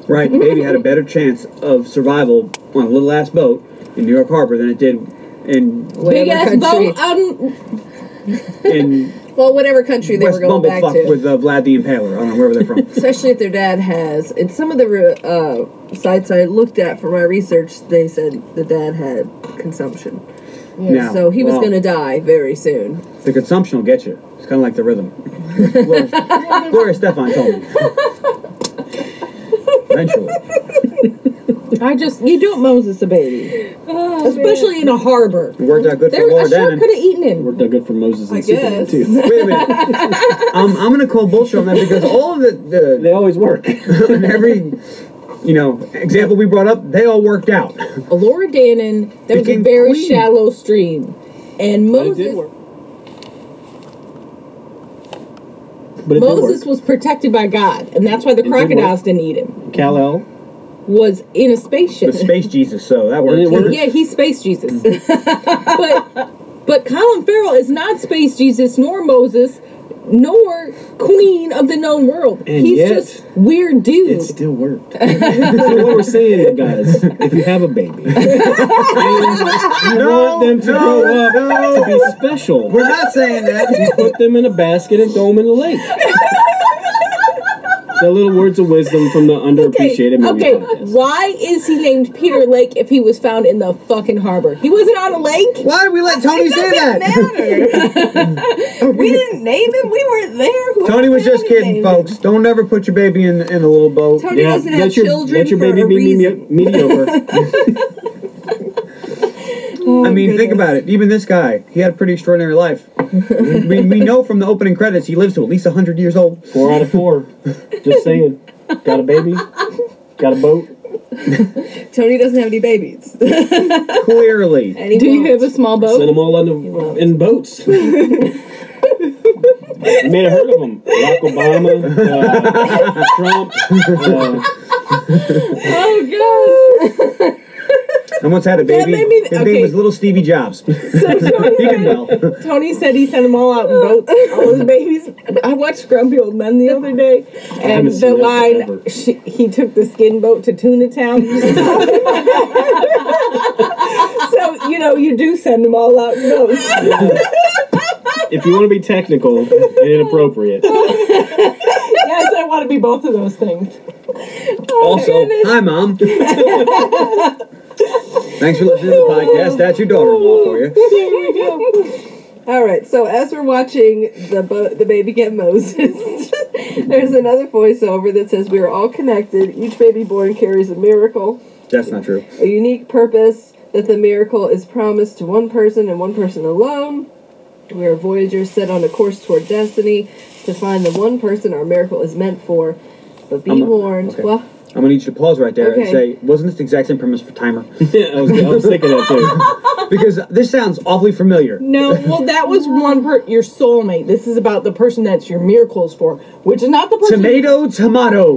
Speaker 3: Right, the baby had a better chance of survival on a little ass boat in New York Harbor than it did in
Speaker 2: Big ass
Speaker 4: Whatever country-
Speaker 2: boat. Um,
Speaker 3: in
Speaker 4: Well, whatever country they
Speaker 3: West
Speaker 4: were going back
Speaker 3: Bumblefuck
Speaker 4: to.
Speaker 3: with uh, Vlad the Impaler. I don't know wherever they're from.
Speaker 4: Especially if their dad has. In some of the re- uh, sites I looked at for my research, they said the dad had consumption.
Speaker 3: now,
Speaker 4: so he was
Speaker 3: well,
Speaker 4: going to die very soon.
Speaker 3: The consumption will get you. It's kind of like the rhythm. Gloria, Gloria Stefan told me. Eventually.
Speaker 2: I just you don't Moses a baby, especially in a harbor.
Speaker 3: It worked out good
Speaker 2: There,
Speaker 3: for Laura
Speaker 2: a shark
Speaker 3: Dannon.
Speaker 2: could have eaten him.
Speaker 5: Worked out good for Moses and
Speaker 4: I
Speaker 5: Superman
Speaker 4: guess.
Speaker 5: too.
Speaker 3: Wait a minute. um, I'm going to call bullshit on that because all of the, the
Speaker 5: They always work.
Speaker 3: in every you know example we brought up they all worked out
Speaker 2: Laura Dannon. There was a
Speaker 3: Became
Speaker 2: very
Speaker 3: queen.
Speaker 2: shallow stream, and
Speaker 5: But it did
Speaker 2: Moses
Speaker 5: work. But it
Speaker 2: Moses
Speaker 5: did work.
Speaker 2: was protected by God, and that's why the
Speaker 5: did work.
Speaker 2: crocodiles didn't eat him.
Speaker 5: Kal El.
Speaker 2: Was in a spaceship.
Speaker 3: with space jesus so that worked
Speaker 5: And it worked. Mm-hmm.
Speaker 2: yeah, he's space Jesus. but but Colin Farrell is not space Jesus nor Moses. nor queen of the known world.
Speaker 5: And
Speaker 2: He's
Speaker 5: yet-
Speaker 2: just weird dude.
Speaker 5: It still worked. so what we're saying, guys, if you have a baby, and you want them to
Speaker 3: no,
Speaker 5: grow up
Speaker 3: no.
Speaker 5: to be special.
Speaker 3: We're not saying
Speaker 5: You
Speaker 3: that.
Speaker 5: put them in a basket and throw them in the lake. the little words of wisdom from the underappreciated movie
Speaker 2: okay.
Speaker 5: podcast.
Speaker 2: Why is he named Peter Lake if he was found in the fucking harbor? He wasn't on a lake.
Speaker 3: Why did we let Tony say that?
Speaker 4: we didn't name him. We weren't there. Who
Speaker 3: Tony was
Speaker 4: the hell
Speaker 3: just
Speaker 4: did
Speaker 3: kidding,
Speaker 4: name
Speaker 3: folks. Don't ever put your baby in in a little boat.
Speaker 4: Tony doesn't have
Speaker 5: let your,
Speaker 4: children
Speaker 5: let your
Speaker 4: for
Speaker 5: baby
Speaker 4: a
Speaker 5: be me-
Speaker 4: reason.
Speaker 5: mediocre.
Speaker 4: Oh,
Speaker 3: I mean, think about it. Even this guy, he had a pretty extraordinary life. we, we know from the opening credits he lives to at least 100 years old.
Speaker 5: four out of four. Just saying. Got a baby. Got a boat.
Speaker 4: him? Tony doesn't have any babies.
Speaker 3: Clearly.
Speaker 2: Do you have a small
Speaker 5: Send
Speaker 2: boat?
Speaker 5: them all in, in boats. we made a herd of them. Barack Obama, uh, Trump. Uh,
Speaker 2: Oh
Speaker 3: And once had a baby.
Speaker 2: made me-
Speaker 3: His name
Speaker 2: okay.
Speaker 3: was little Stevie Jobs. he
Speaker 2: god. So Tony,
Speaker 3: can tell.
Speaker 2: Tony said he sent them all out in boats, all his babies. I watched Grumpy Old Men the other day, and
Speaker 5: haven't seen
Speaker 2: the
Speaker 5: that
Speaker 2: line,
Speaker 5: forever.
Speaker 2: she, he took the skin boat to Tuna Town. so, you know, you do send them all out in boats.
Speaker 5: if you want to be technical and inappropriate,
Speaker 2: yes, I want to be both of those things.
Speaker 4: Oh,
Speaker 3: Also, hi, Mom. Thanks for listening to the podcast. That's your daughter in law for you.
Speaker 4: All right. So as we're watching the bo- the baby get Moses, there's another voiceover that says, "We are all connected. Each baby born carries a miracle,
Speaker 3: That's not true.
Speaker 4: a unique purpose. That the miracle is promised to one person and one person alone. We are voyagers set on a course toward destiny to find the one person our miracle is meant for. But be
Speaker 3: I'm not-
Speaker 4: warned.
Speaker 3: okay.
Speaker 4: Well,
Speaker 3: I'm going to need you to pause right there and
Speaker 4: Okay.
Speaker 3: say, wasn't this the exact same premise for Timer?
Speaker 5: I was, I was thinking that too.
Speaker 3: because this sounds awfully familiar.
Speaker 2: No, well, that was one per your soulmate. This is about the person that's your miracles for, which is not the person,
Speaker 3: Tomato, tomato.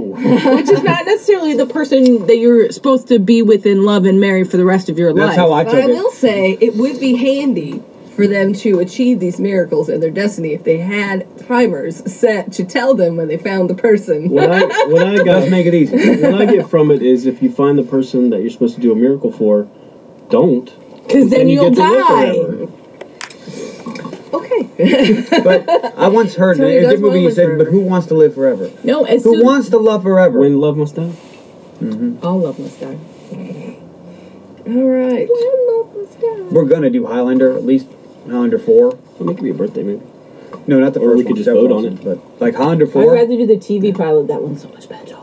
Speaker 2: which is not necessarily the person that you're supposed to be with in love and marry for the rest of your life.
Speaker 3: That's how I took
Speaker 4: But I will
Speaker 3: it.
Speaker 4: say it would be handy for them to achieve these miracles and their destiny if they had timers set to tell them when they found the person.
Speaker 5: What I, what I got
Speaker 3: Let's make it easy.
Speaker 5: what I get from it is if you find the person that you're supposed to do a miracle for, don't.
Speaker 2: because then
Speaker 5: and you
Speaker 2: you'll
Speaker 5: get to live
Speaker 2: die.
Speaker 5: forever.
Speaker 4: Okay.
Speaker 3: But I once heard in
Speaker 4: Tony
Speaker 3: a
Speaker 4: does
Speaker 3: good movie
Speaker 4: wanna
Speaker 3: he
Speaker 4: live
Speaker 3: said,
Speaker 4: forever.
Speaker 3: but who wants to live forever?
Speaker 2: No, as
Speaker 3: Who
Speaker 2: soon
Speaker 3: wants to love forever?
Speaker 5: When love must die.
Speaker 2: all love must die.
Speaker 4: All right.
Speaker 3: We're gonna do Highlander, at least Highlander four.
Speaker 5: Well, it could be a birthday movie.
Speaker 3: No, not the
Speaker 5: Or
Speaker 3: first
Speaker 5: we could
Speaker 3: one,
Speaker 5: just
Speaker 3: several
Speaker 5: vote on
Speaker 3: ones,
Speaker 5: it.
Speaker 3: But like Highlander
Speaker 2: I'd
Speaker 3: four,
Speaker 2: rather do the TV pilot. That one's so much better.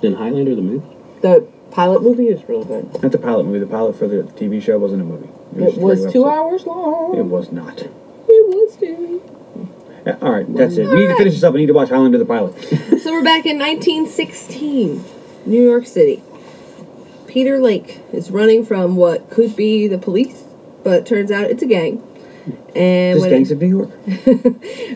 Speaker 5: Then Highlander the movie.
Speaker 2: The pilot movie is real good.
Speaker 3: not the pilot movie. The pilot for the TV show wasn't a movie.
Speaker 2: It
Speaker 3: just
Speaker 2: was
Speaker 3: three
Speaker 2: two
Speaker 3: episodes.
Speaker 2: hours long.
Speaker 3: It was not.
Speaker 2: It was two.
Speaker 3: Yeah, All right, that's it. We need to finish this up. I need to watch Highlander the pilot.
Speaker 4: So we're back in 1916, New York City. Peter Lake is running from what could be the police, but turns out it's a gang. And
Speaker 3: This
Speaker 4: when
Speaker 3: gang's
Speaker 4: it,
Speaker 3: of New York.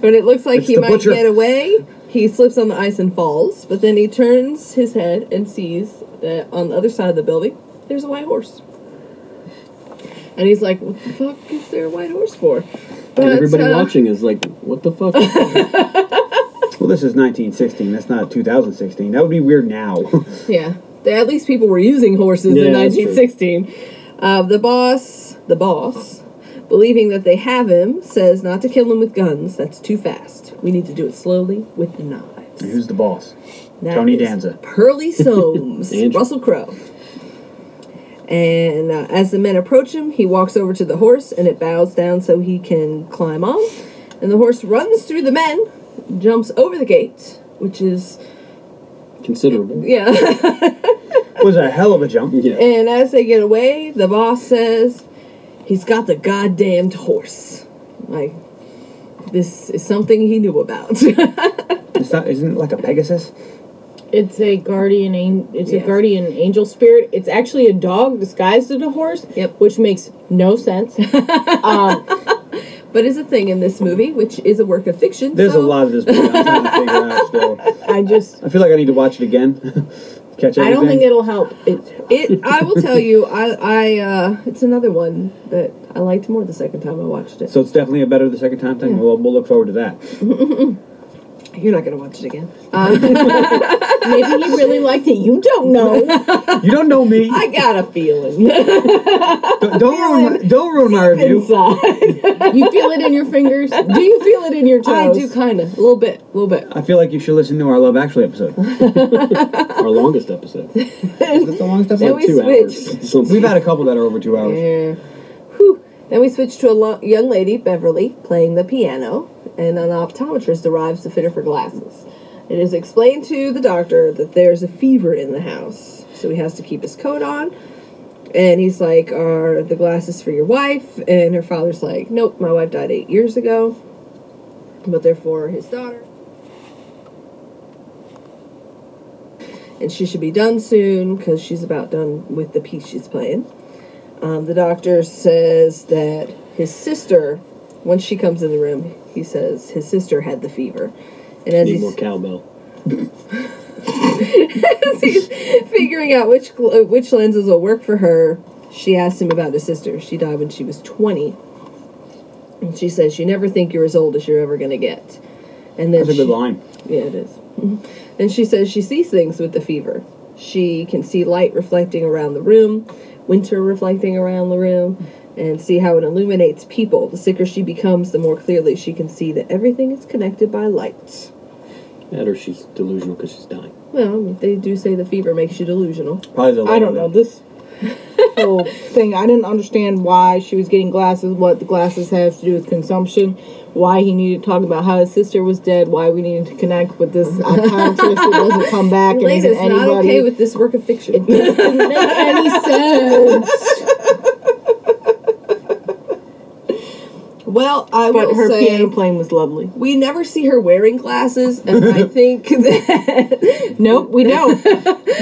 Speaker 4: when it looks like
Speaker 3: It's
Speaker 4: he
Speaker 3: the
Speaker 4: might
Speaker 3: butcher.
Speaker 4: get away, he slips on the ice and falls. But then he turns his head and sees that on the other side of the building, there's a white horse. And he's like, "What the fuck is there a white horse for?" But,
Speaker 5: and everybody
Speaker 4: uh,
Speaker 5: watching is like, what the fuck?
Speaker 3: Well, this is 1916. That's not 2016. That would be weird now.
Speaker 4: Yeah, They- at least people were using horses in
Speaker 5: Yeah, that's true.
Speaker 4: 1916. Uh, the boss, the boss, believing that they have him, says not to kill him with guns. That's too fast. We need to do it slowly with the knives.
Speaker 3: Who's the boss?
Speaker 4: That
Speaker 3: Tony
Speaker 4: is
Speaker 3: Danza.
Speaker 4: Pearly Soames,
Speaker 5: Andrew.
Speaker 4: Russell Crowe. And uh, as the men approach him, he walks over to the horse and it bows down so he can climb on. And the horse runs through the men, jumps over the gate, which is,
Speaker 5: Considerable.
Speaker 4: yeah.
Speaker 3: was a hell of a jump.
Speaker 5: Yeah.
Speaker 4: And as they get away, the boss says, He's got the goddamned horse. Like, this is something he knew about.
Speaker 3: It's not, isn't it like a Pegasus?
Speaker 6: It's a guardian. an- It's
Speaker 4: Yes.
Speaker 6: a guardian angel spirit. It's actually a dog disguised as a horse.
Speaker 4: Yep.
Speaker 6: Which makes no sense. um,
Speaker 4: but it's a thing in this movie, which is a work of fiction.
Speaker 3: There's
Speaker 4: so
Speaker 3: a lot of this movie I'm trying to figure out still.
Speaker 6: I just.
Speaker 3: I feel like I need to watch it again. Catch everything.
Speaker 6: I don't think it'll help. It,
Speaker 4: It, I will tell you, I, I, uh, it's another one that I liked more the second time I watched it.
Speaker 3: so. It's definitely a better the second time thing. We'll, we'll look forward to that.
Speaker 4: You're not going to watch it again.
Speaker 6: Maybe he really liked it. You don't know.
Speaker 3: You don't know me.
Speaker 6: I got a feeling
Speaker 3: don't, don't ruin my, don't ruin my review.
Speaker 6: inside.
Speaker 2: You feel it in your fingers? Do you feel it in your
Speaker 4: I
Speaker 2: toes?
Speaker 4: do kind of. A little bit. A little bit.
Speaker 3: I feel like you should listen to our Love Actually episode. Is
Speaker 5: Our longest episode. Like
Speaker 3: that the longest episode?
Speaker 4: Then we
Speaker 5: two
Speaker 4: switched.
Speaker 5: hours. Something.
Speaker 3: We've had a couple that are over two hours.
Speaker 4: Yeah. Whew. Then we switch to a lo- young lady, Beverly, playing the piano, and an optometrist arrives to fit her for glasses. It is explained to the doctor that there's a fever in the house, so he has to keep his coat on. And he's like, Are the glasses for your wife? And her father's like, Nope, my wife died eight years ago, but they're for his daughter. And she should be done soon because she's about done with the piece she's playing. Um, the doctor says that his sister, when she comes in the room, he says his sister had the fever. And as
Speaker 5: Need
Speaker 4: he's,
Speaker 5: more cowbell.
Speaker 4: as he's figuring out which gl- uh, which lenses will work for her, she asked him about his sister. She died when she was 20. And she says, You never think you're as old as you're ever going to get. And then
Speaker 3: That's a
Speaker 4: she-
Speaker 3: good line.
Speaker 4: yeah, it is. And she says she sees things with the fever. She can see light reflecting around the room, winter reflecting around the room, and see how it illuminates people. The sicker she becomes, the more clearly she can see that everything is connected by light.
Speaker 5: That or she's delusional because she's dying.
Speaker 4: Well, they do say the fever makes you delusional.
Speaker 3: Probably the
Speaker 6: I don't know.
Speaker 3: latter.
Speaker 6: This whole thing, I didn't understand why she was getting glasses, what the glasses have to do with consumption, why he needed to talk about how his sister was dead, why we needed to connect with this optometrist that doesn't come back and
Speaker 4: Elena's
Speaker 6: isn't
Speaker 4: not
Speaker 6: anybody.
Speaker 4: okay with this work of fiction.
Speaker 6: doesn't make any sense.
Speaker 4: well, I
Speaker 6: But
Speaker 4: will
Speaker 6: her
Speaker 4: say
Speaker 6: piano playing was lovely.
Speaker 4: we never see her wearing glasses, and I think that
Speaker 6: Nope, we don't.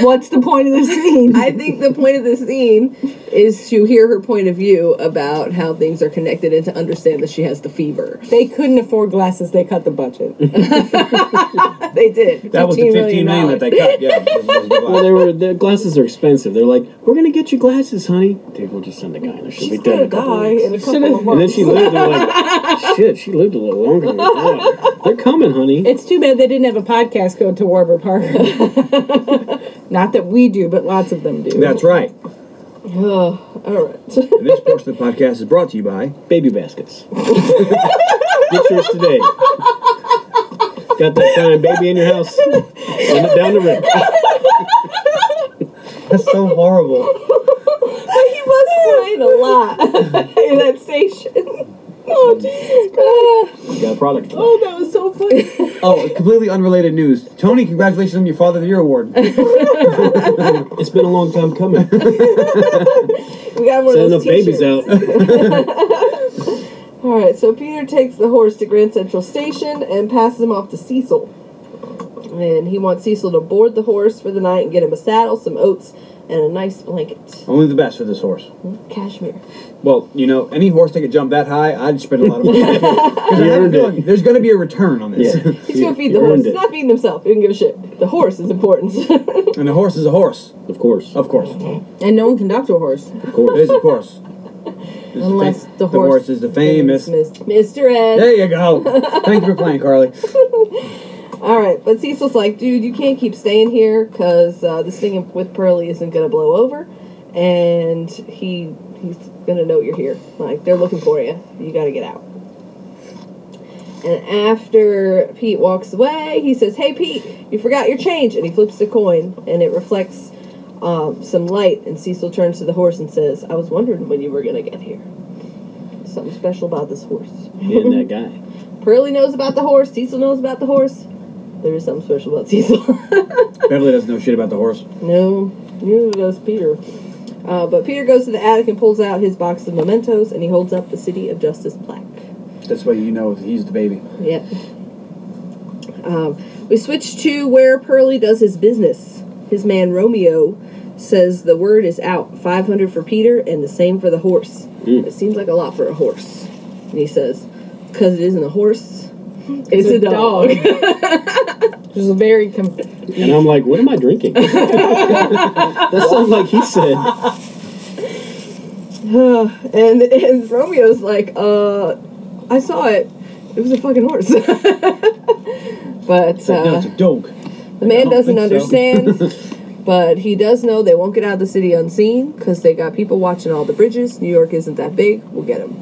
Speaker 6: What's the point of the scene?
Speaker 4: I think the point of the scene is to hear her point of view about how things are connected and to understand that she has the fever.
Speaker 6: They couldn't afford glasses. They cut the budget.
Speaker 4: They did.
Speaker 3: That was the 15 million that they cut. Yeah. it was- it was the
Speaker 5: Well,
Speaker 3: line.
Speaker 5: they were the glasses are expensive. They're like, we're gonna get you glasses, honey. Dude, we'll just send a guy, and she'll be dead in a couple of weeks.
Speaker 6: in a couple of
Speaker 5: And then she lived. They're like, shit, she lived a little longer than we thought. They're coming, honey.
Speaker 6: It's too bad they didn't have a podcast code to Warburg Park. Not that we do, but lots of them do.
Speaker 3: That's right.
Speaker 4: all right.
Speaker 3: And this portion of the podcast is brought to you by
Speaker 5: Baby baskets. get yours today. Got that fine baby in your house. Send it down the river.
Speaker 3: That's so horrible.
Speaker 4: he was crying a lot in that station. Oh, Jesus Christ.
Speaker 5: Got a product. for
Speaker 4: Oh, that was so funny.
Speaker 3: Oh, completely unrelated news. Tony, congratulations on your Father of the Year award.
Speaker 5: that. It's been a long time coming.
Speaker 4: We got one
Speaker 5: Send enough
Speaker 4: of those
Speaker 5: babies
Speaker 4: t-shirts.
Speaker 5: out.
Speaker 4: All right, so Peter takes the horse to Grand Central Station and passes him off to Cecil. And he wants Cecil to board the horse for the night and get him a saddle, some oats, and a nice blanket.
Speaker 3: Only the best for this horse.
Speaker 4: Cashmere.
Speaker 3: Well, you know, any horse that could jump that high, I'd spend a lot of money. 'Cause I have a
Speaker 5: earned it.
Speaker 3: feeling there's going to be a return on this.
Speaker 5: Yeah.
Speaker 4: He's gonna feed
Speaker 5: You
Speaker 4: the horse.
Speaker 5: earned
Speaker 4: He's
Speaker 5: it.
Speaker 4: not feeding himself. He doesn't give a shit. The horse is important.
Speaker 3: and the horse is a horse,
Speaker 5: Of course.
Speaker 3: of course.
Speaker 2: and no one can doctor a horse.
Speaker 5: Of
Speaker 3: It
Speaker 5: course.
Speaker 3: is, of course.
Speaker 2: Unless
Speaker 3: fa-
Speaker 2: the horse
Speaker 3: is the famous.
Speaker 4: Mr. Ed.
Speaker 3: There you go. Thank you for playing, Carly.
Speaker 4: All right, but Cecil's like, dude, you can't keep staying here because uh, this thing with Pearly isn't gonna blow over, and he he's gonna know you're here. Like they're looking for you. You gotta get out. And after Pete walks away, he says, "Hey, Pete, you forgot your change," and he flips the coin, and it reflects um, some light. And Cecil turns to the horse and says, "I was wondering when you were gonna get here. Something special about this horse."
Speaker 5: And that guy.
Speaker 4: Pearly knows about the horse. Cecil knows about the horse. There is something special about Cecil.
Speaker 3: Beverly doesn't know shit about the horse.
Speaker 4: no, neither does Peter. Uh, but Peter goes to the attic and pulls out his box of mementos, and he holds up the City of Justice plaque.
Speaker 3: That's why you know he's the baby.
Speaker 4: Yep. Um, we switch to where Pearly does his business. His man Romeo says the word is out. Five hundred for Peter, and the same for the horse. It seems like a lot for a horse. And he says, "Cause it isn't a horse, it's, a, dog.
Speaker 2: Which is very com-
Speaker 5: And I'm like, what am I drinking? that sounds like he said.
Speaker 4: and and Romeo's like, uh, I saw it. It was a fucking horse. but
Speaker 3: no,
Speaker 4: uh,
Speaker 3: it's a dog.
Speaker 4: the man
Speaker 3: don't
Speaker 4: doesn't
Speaker 3: think so.
Speaker 4: understand. But he does know they won't get out of the city unseen because they got people watching all the bridges. New York isn't that big. We'll get him.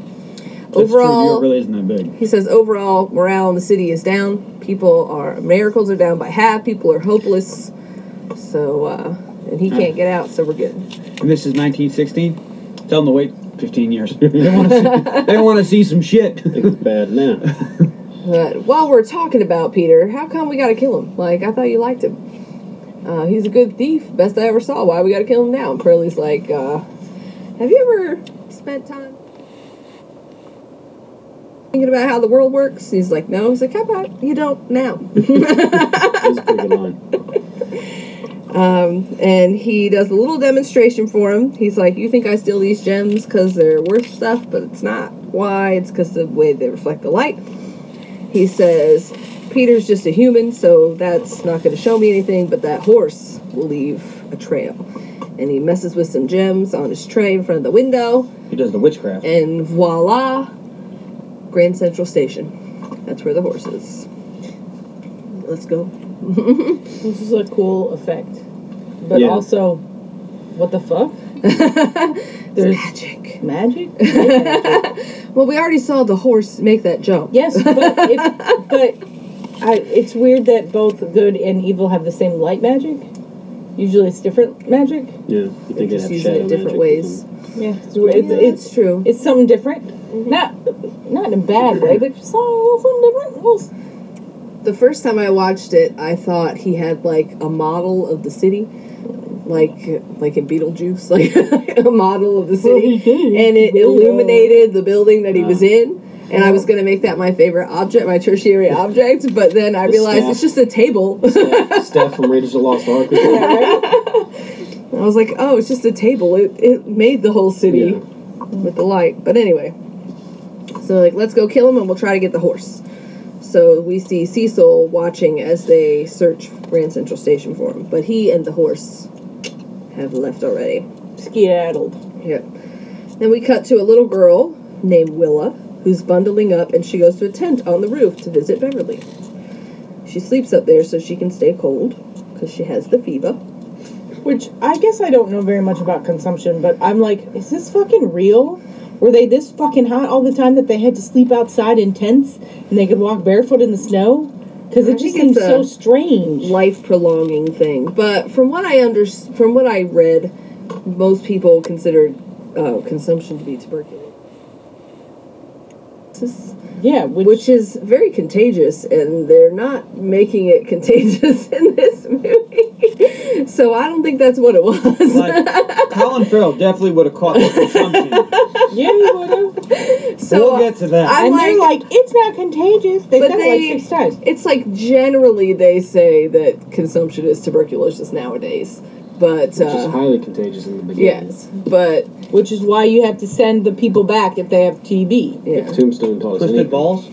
Speaker 3: That's true, New
Speaker 4: Overall,
Speaker 3: York really isn't that big.
Speaker 4: he says overall morale in the city is down. People are miracles are down by half. People are hopeless. So uh, and he can't get out. So we're good.
Speaker 3: And this is 1916. Tell them to wait 15 years. they want to see, they wanna see some shit.
Speaker 5: It's bad now.
Speaker 4: But while we're talking about Peter, how come we gotta kill him? Like, I thought you liked him. Uh, he's a good thief, best I ever saw. Why we gotta kill him now? And Pearlie's like, uh, Have you ever spent time thinking about how the world works? He's like, No. He's like, How about you don't now?
Speaker 5: That's a pretty good line.
Speaker 4: Um, and he does a little demonstration for him. He's like, You think I steal these gems because they're worth stuff, but it's not. Why? It's because the way they reflect the light. He says, Peter's just a human, so that's not going to show me anything, but that horse will leave a trail. And he messes with some gems on his tray in front of the window,
Speaker 3: He does the witchcraft.
Speaker 4: and voila, Grand Central Station. That's where the horse is. Let's go.
Speaker 6: This is a cool effect, but
Speaker 5: Yeah.
Speaker 6: also, what the fuck? There's
Speaker 4: Magic.
Speaker 6: magic.
Speaker 4: Well, we already saw the horse make that jump.
Speaker 6: yes, but if, but I, it's weird that both good and evil have the same light magic. Usually, it's different magic.
Speaker 5: Yeah, you think they
Speaker 4: just
Speaker 5: have
Speaker 4: using
Speaker 5: shadow
Speaker 4: it different
Speaker 5: magic or
Speaker 4: ways.
Speaker 5: something.
Speaker 6: Yeah, it's, it's,
Speaker 4: Yeah,
Speaker 6: it's
Speaker 4: it's true.
Speaker 6: it's something different. Not not in a bad way, but just something, something different. Well, s-
Speaker 4: The first time I watched it, I thought he had like a model of the city, like like in Beetlejuice, like a model of the city, and it
Speaker 5: uh,
Speaker 4: illuminated the building that he was in. And I was gonna make that my favorite object, my tertiary object, but then I
Speaker 5: The
Speaker 4: realized
Speaker 5: staff.
Speaker 4: it's just a table.
Speaker 5: Steph, Steph from Raiders of the Lost Ark.
Speaker 4: I was like, oh, it's just a table. It, it made the whole city
Speaker 5: Yeah.
Speaker 4: with the light. But anyway, so like, let's go kill him and we'll try to get the horse. So we see Cecil watching as they search Grand Central Station for him. But he and the horse have left already.
Speaker 6: skedaddled.
Speaker 4: Yep. Then we cut to a little girl named Willa who's bundling up and she goes to a tent on the roof to visit Beverly. She sleeps up there so she can stay cold because she has the fever.
Speaker 6: Which I guess I don't know very much about consumption, but I'm like, is this fucking real? Were they this fucking hot all the time that they had to sleep outside in tents and they could walk barefoot in the snow? Because
Speaker 4: I
Speaker 6: it just
Speaker 4: think
Speaker 6: seems
Speaker 4: it's
Speaker 6: so
Speaker 4: a-
Speaker 6: strange.
Speaker 4: life prolonging thing. But from what I under from what I read, most people consider uh, consumption to be tuberculosis,
Speaker 6: Yeah, which,
Speaker 4: which is very contagious, and they're not making it contagious in this movie. so I don't think that's what it was.
Speaker 3: Like, Colin Farrell definitely would have caught the consumption.
Speaker 6: yeah, you would've.
Speaker 4: so
Speaker 3: we'll get to that.
Speaker 4: I'm
Speaker 6: and they're
Speaker 4: like-
Speaker 6: like, it's not contagious. They
Speaker 4: But
Speaker 6: said
Speaker 4: they-
Speaker 6: it like six times.
Speaker 4: it's like generally they say that consumption is tuberculosis nowadays, but.
Speaker 5: Which is
Speaker 4: Uh,
Speaker 5: highly contagious in the beginning.
Speaker 4: Yes, but
Speaker 6: Which is why you have to send the people back if they have TB.
Speaker 4: yeah.
Speaker 5: Tombstone taught us
Speaker 3: Twisted
Speaker 5: anything.
Speaker 3: balls.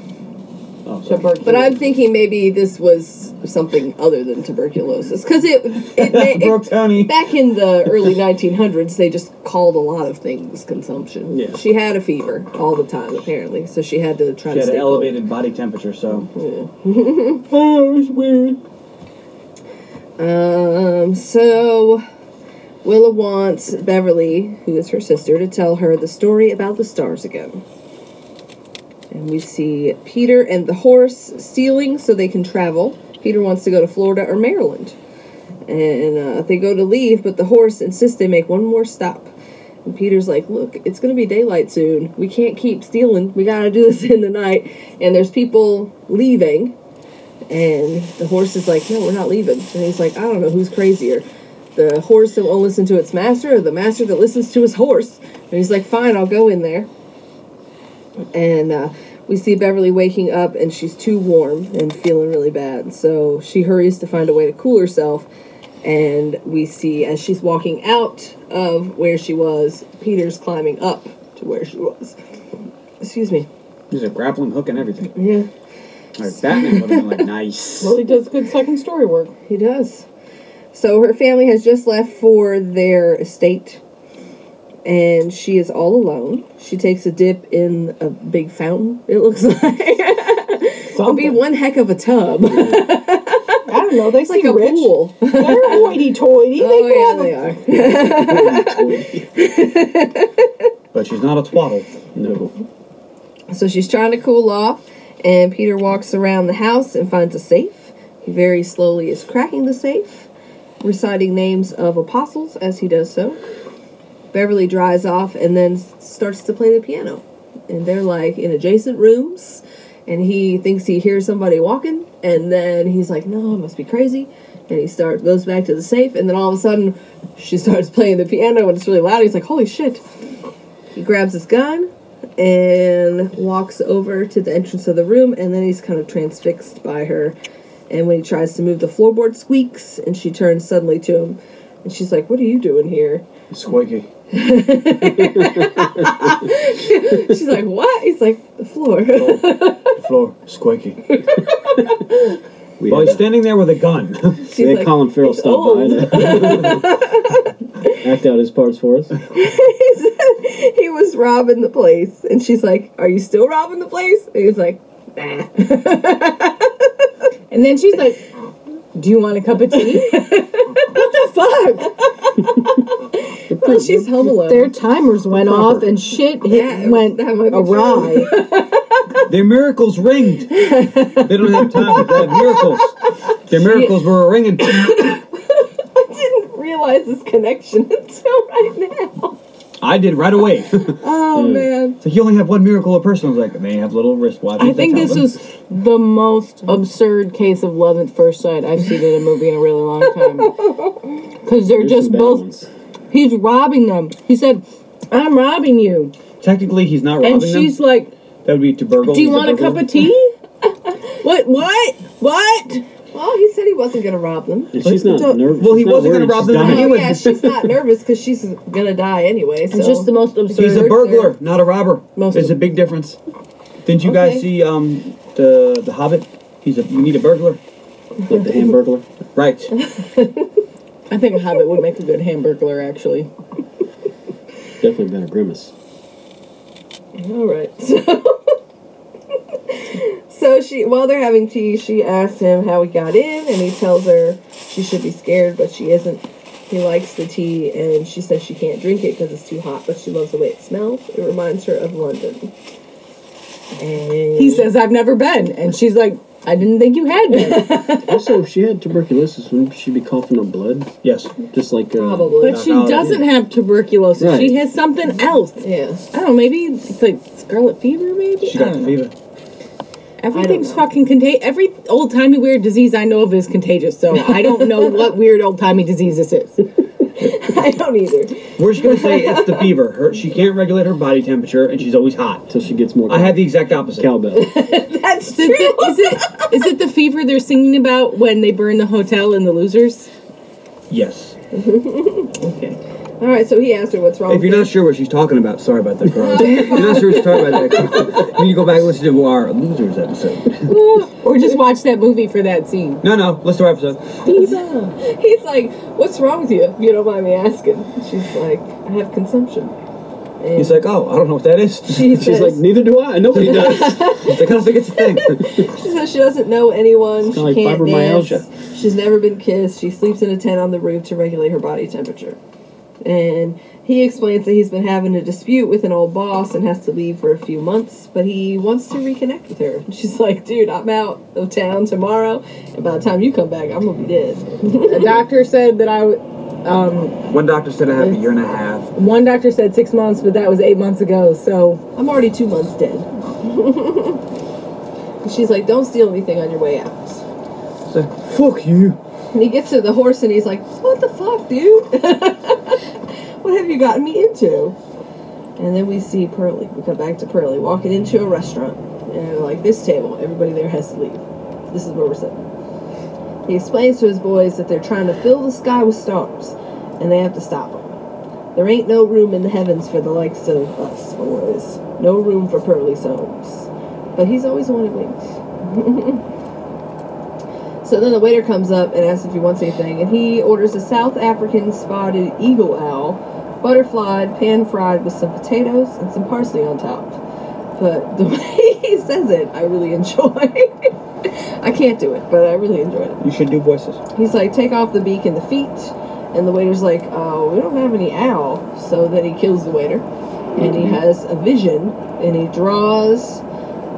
Speaker 3: Oh, sorry.
Speaker 6: Tuberculosis.
Speaker 4: But I'm thinking maybe this was something other than tuberculosis, because it it, ma-
Speaker 3: Brooke Tony.
Speaker 4: it back in the early 1900s they just called a lot of things consumption.
Speaker 5: Yeah.
Speaker 4: She had a fever all the time apparently, so she had to try
Speaker 3: She
Speaker 4: to
Speaker 3: had an
Speaker 4: stay elevated.
Speaker 3: elevated body temperature, so
Speaker 5: Oh, it's weird.
Speaker 4: Um. So Willa wants Beverly, who is her sister, to tell her the story about the stars again. And we see Peter and the horse stealing so they can travel. Peter wants to go to Florida or Maryland. And uh, they go to leave, but the horse insists they make one more stop. And Peter's like, Look, it's going to be daylight soon. We can't keep stealing. We got to do this in the night. And there's people leaving. And the horse is like, No, we're not leaving. And he's like, I don't know who's crazier. The horse that won't listen to its master, or the master that listens to his horse. And he's like, Fine, I'll go in there and uh, we see Beverly waking up and she's too warm and feeling really bad. So she hurries to find a way to cool herself. And we see as she's walking out of where she was, Peter's climbing up to where she was. Excuse me.
Speaker 3: he's a grappling hook and everything.
Speaker 4: Yeah,
Speaker 3: Like Batman would have been like, nice.
Speaker 6: Well, he does good second story work.
Speaker 4: he does. So her family has just left for their estate and she is all alone. She takes a dip in a big fountain, it looks like. It'd be
Speaker 2: something.
Speaker 4: one heck of a tub. it's
Speaker 2: I don't know. They
Speaker 4: like
Speaker 2: seem
Speaker 4: a
Speaker 2: rich.
Speaker 4: pool.
Speaker 2: They're hoity-toity.
Speaker 4: oh
Speaker 2: they
Speaker 4: yeah,
Speaker 2: have
Speaker 4: they are.
Speaker 3: But she's not a twaddle. No.
Speaker 4: So she's trying to cool off, and Peter walks around the house and finds a safe. He very slowly is cracking the safe, reciting names of apostles as he does so. Beverly dries off and then s- starts to play the piano. And they're like in adjacent rooms, and he thinks he hears somebody walking, and then he's like, No, I must be crazy. And he starts goes back to the safe, and then all of a sudden, she starts playing the piano, and it's really loud. He's like, "Holy shit!" He grabs his gun and walks over to the entrance of the room, and then he's kind of transfixed by her. And when he tries to move, the floorboard squeaks, and she turns suddenly to him, and she's like, "What are you doing here?"
Speaker 3: Squeaky.
Speaker 4: She's like, "What?" He's like, "The floor."
Speaker 3: The floor. Squeaky.
Speaker 5: We
Speaker 3: Well,
Speaker 5: had,
Speaker 3: he's standing there with a gun.
Speaker 4: She's
Speaker 5: we had
Speaker 4: like,
Speaker 5: Colin Farrell
Speaker 4: "It's
Speaker 5: stop by to act out his parts for us.
Speaker 4: He said he was robbing the place, and she's like, "Are you still robbing the place?" And he's like, "Nah."
Speaker 2: And then she's like, "Do you want a cup of tea?" what the fuck?
Speaker 4: Well, she's home alone.
Speaker 2: Their timers went off and shit hit,
Speaker 4: Yeah,
Speaker 2: went
Speaker 4: that might be
Speaker 2: awry.
Speaker 3: Their miracles ringed. They don't have time for that. Miracles. Their miracles were ringing.
Speaker 4: I didn't realize this connection until right now.
Speaker 3: I did right away. It's
Speaker 4: Oh man.
Speaker 3: like you only have one miracle a person. I was like, they have little wristwatches.
Speaker 2: I
Speaker 3: that
Speaker 2: think
Speaker 3: tell
Speaker 2: this
Speaker 3: them.
Speaker 2: is the most absurd case of love at first sight I've seen in a movie in a really long time. Because they're
Speaker 5: There's
Speaker 2: just
Speaker 5: some bad
Speaker 2: both.
Speaker 5: ones.
Speaker 2: He's robbing them. He said, "I'm robbing you,"
Speaker 3: Technically, he's not robbing
Speaker 2: and she's
Speaker 3: them.
Speaker 2: like,
Speaker 3: That would be to burgle.
Speaker 2: "Do you
Speaker 3: He's
Speaker 2: want a cup
Speaker 3: burglar.
Speaker 2: of tea?" what? What? What?
Speaker 4: Well, he said he wasn't gonna rob them.
Speaker 5: And she's not
Speaker 2: Well,
Speaker 5: nervous.
Speaker 3: he
Speaker 5: she's not
Speaker 3: wasn't gonna
Speaker 5: worried,
Speaker 3: rob
Speaker 5: she's
Speaker 3: them
Speaker 5: dying.
Speaker 3: anyway.
Speaker 4: Oh, yeah, she's not nervous because she's gonna die anyway. So
Speaker 2: It's just the most absurd.
Speaker 3: He's a burglar, not a robber.
Speaker 2: Most
Speaker 3: There's
Speaker 2: of-
Speaker 3: a big difference. Didn't you guys
Speaker 4: Okay.
Speaker 3: see um the the Hobbit? He's a you need a burglar,
Speaker 5: Like the hamburger.
Speaker 3: right?
Speaker 2: I think a hobbit would make a good hamburglar, actually.
Speaker 5: Definitely better grimace.
Speaker 4: all right. so she, while they're having tea, she asks him how he got in, and he tells her she should be scared, but she isn't. He likes the tea, and she says she can't drink it because it's too hot, but she loves the way it smells. It reminds her of London. And
Speaker 2: He says, "I've never been," and she's like, "I didn't think you had been."
Speaker 5: Also, if she had tuberculosis, wouldn't she be coughing up blood?
Speaker 3: Yes.
Speaker 5: Just like uh,
Speaker 4: probably,
Speaker 2: But she doesn't have tuberculosis.
Speaker 5: Right.
Speaker 2: She has something else.
Speaker 4: yeah.
Speaker 2: I don't know. Maybe it's like scarlet fever. Maybe
Speaker 3: She
Speaker 2: I
Speaker 3: got
Speaker 2: don't
Speaker 3: the
Speaker 2: know.
Speaker 3: fever.
Speaker 2: Everything's
Speaker 4: know.
Speaker 2: fucking contagious. Every old timey weird disease I know of is contagious. So I don't know what weird old timey disease this is.
Speaker 4: I don't either.
Speaker 3: We're just gonna say it's the fever. Her she can't regulate her body temperature and she's always hot.
Speaker 5: Until she gets more
Speaker 3: I had the exact opposite.
Speaker 5: cowbell.
Speaker 4: That's
Speaker 2: Is it, the, is it is it the fever they're singing about when they burn the hotel and the losers?
Speaker 3: Yes.
Speaker 4: All right, so he asked her what's wrong.
Speaker 2: Oh,
Speaker 3: If
Speaker 4: with
Speaker 3: you're not sure what she's talking about, sorry about that, Carl. If you're not sure what she's talking about. That, you need to go back and listen to our losers episode.
Speaker 2: Or just watch that movie for that scene.
Speaker 3: No, no, listen to our episode.
Speaker 4: He's like, "What's wrong with you? If you don't mind me asking." She's like, "I have consumption." And
Speaker 3: He's like, oh, I don't know what that is.
Speaker 4: she
Speaker 5: She's
Speaker 4: says,
Speaker 5: like, neither do I. Nobody does.
Speaker 3: He's like, I don't think it's a thing.
Speaker 4: she says she doesn't know anyone. She
Speaker 5: kinda like
Speaker 4: can't
Speaker 5: fibromyalgia.
Speaker 4: dance. She's never been kissed. She sleeps in a tent on the roof to regulate her body temperature. And he explains that he's been having a dispute with an old boss and has to leave for a few months, but he wants to reconnect with her. And she's like, "Dude, I'm out of town tomorrow, and by the time you come back, I'm gonna be dead."
Speaker 2: The doctor said that I, w- um,
Speaker 3: One doctor said I have a year and a half.
Speaker 2: one doctor said six months, but that was eight months ago. So
Speaker 4: I'm already two months dead. and she's like, don't steal anything on your way out.
Speaker 3: It's like, fuck you.
Speaker 4: And he gets to the horse and he's like, what the fuck, dude? what have you gotten me into? And then we see Pearly. We come back to Pearly walking into a restaurant. And they're like, this table, everybody there has to leave. This is where we're sitting. He explains to his boys that they're trying to fill the sky with stars and they have to stop them. There ain't no room in the heavens for the likes of us boys. No room for Pearly Soames. But he's always wanted wings. So then the waiter comes up and asks if he wants anything, and he orders a South African spotted eagle owl, butterflied, pan fried with some potatoes and some parsley on top. but the way he says it, I really enjoy. I can't do it, but I really enjoyed it.
Speaker 3: You should do voices.
Speaker 4: He's like, take off the beak and the feet, and the waiter's like, oh, we don't have any owl. So then he kills the waiter, and he has a vision, and he draws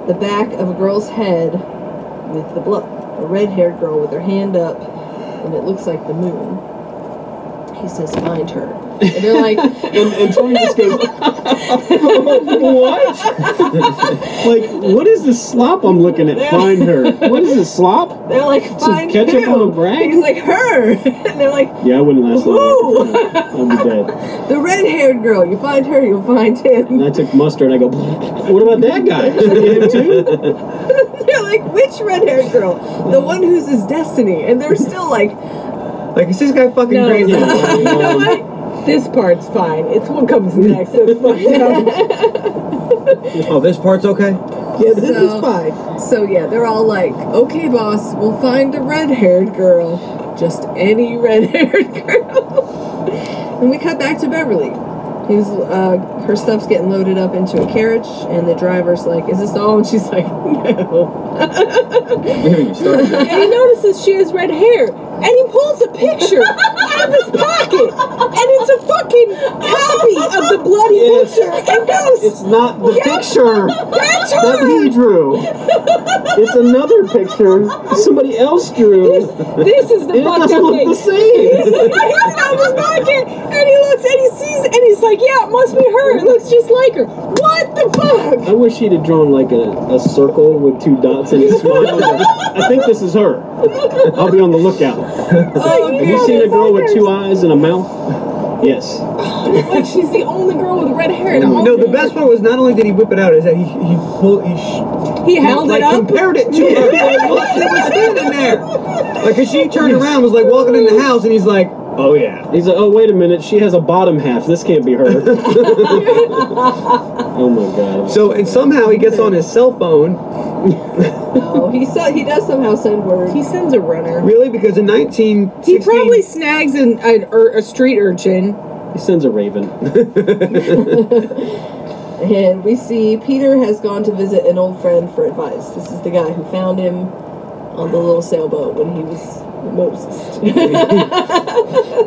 Speaker 4: the back of a girl's head with the blood. A red-haired girl with her hand up, and it looks like the moon. He says, find her. And they're like,
Speaker 5: And, and Tony just goes, what? like, what is this slop I'm looking at? Find her. What is this slop?
Speaker 4: they're like,
Speaker 5: Some
Speaker 4: find
Speaker 5: ketchup
Speaker 4: who?"
Speaker 5: on a brag?
Speaker 4: He's like, her. And they're like,
Speaker 5: Yeah, I wouldn't last long.
Speaker 4: who?
Speaker 5: after that. I'd be dead.
Speaker 4: The red-haired girl. You find her, you'll find him.
Speaker 5: And I took mustard. I go, what about that guy? Should I get him too?
Speaker 4: They're like, which red-haired girl? The one who's his destiny. And they're still like,
Speaker 3: Like, is this guy fucking
Speaker 2: No.
Speaker 3: crazy?
Speaker 5: Yeah, um,
Speaker 2: This part's fine. It's what comes next. It's
Speaker 3: Oh, this part's okay?
Speaker 1: Yeah, this is
Speaker 4: So-
Speaker 1: fine.
Speaker 4: so yeah, they're all like, okay, boss, we'll find a red-haired girl. Just any red-haired girl. and we cut back to Beverly. He's, uh, her stuff's getting loaded up into a carriage, and the driver's like, is this all? And she's like, no.
Speaker 3: We haven't even started. yet.
Speaker 2: And he notices she has red hair, and he pulls a picture out of his pocket, and it's a fucking copy of the bloody
Speaker 5: Yes.
Speaker 2: picture, and goes,
Speaker 5: It's not the picture
Speaker 2: "That's
Speaker 5: that
Speaker 2: her."
Speaker 5: he drew. It's another picture somebody else drew.
Speaker 2: This is the
Speaker 5: It
Speaker 2: fucked
Speaker 5: doesn't
Speaker 2: up
Speaker 5: look
Speaker 2: thing.
Speaker 5: the same.
Speaker 2: He's out of his pocket, and he looks, and he sees, it, and he's like, "Yeah, it must be her. It looks just like her." What the fuck?
Speaker 5: I wish he'd have drawn like a, a circle with two dots and a smile. I think this is her. I'll be on the lookout.
Speaker 2: Oh,
Speaker 5: Have you seen a girl with two eyes and a mouth? Yes.
Speaker 2: Like she's the only girl with red hair. in all
Speaker 3: No, the
Speaker 2: of
Speaker 3: best part was not only did he whip it out, is that he he pulled he sh-
Speaker 2: He held
Speaker 3: like
Speaker 2: it up.
Speaker 3: compared it to her. It was it was standing there. Like, 'cause she turned around, was like walking in the house, and he's like, "Oh yeah."
Speaker 5: He's like, oh wait a minute, she has a bottom half. This can't be her. oh my god.
Speaker 3: So and somehow he gets on his cell phone,
Speaker 4: No, Oh, he, so- he does somehow send word.
Speaker 2: he sends a runner.
Speaker 3: really, because in 19
Speaker 2: He probably snags an, an ur, a street urchin.
Speaker 5: he sends a raven.
Speaker 4: And we see Peter has gone to visit an old friend for advice. This is the guy who found him on the little sailboat when he was Moses.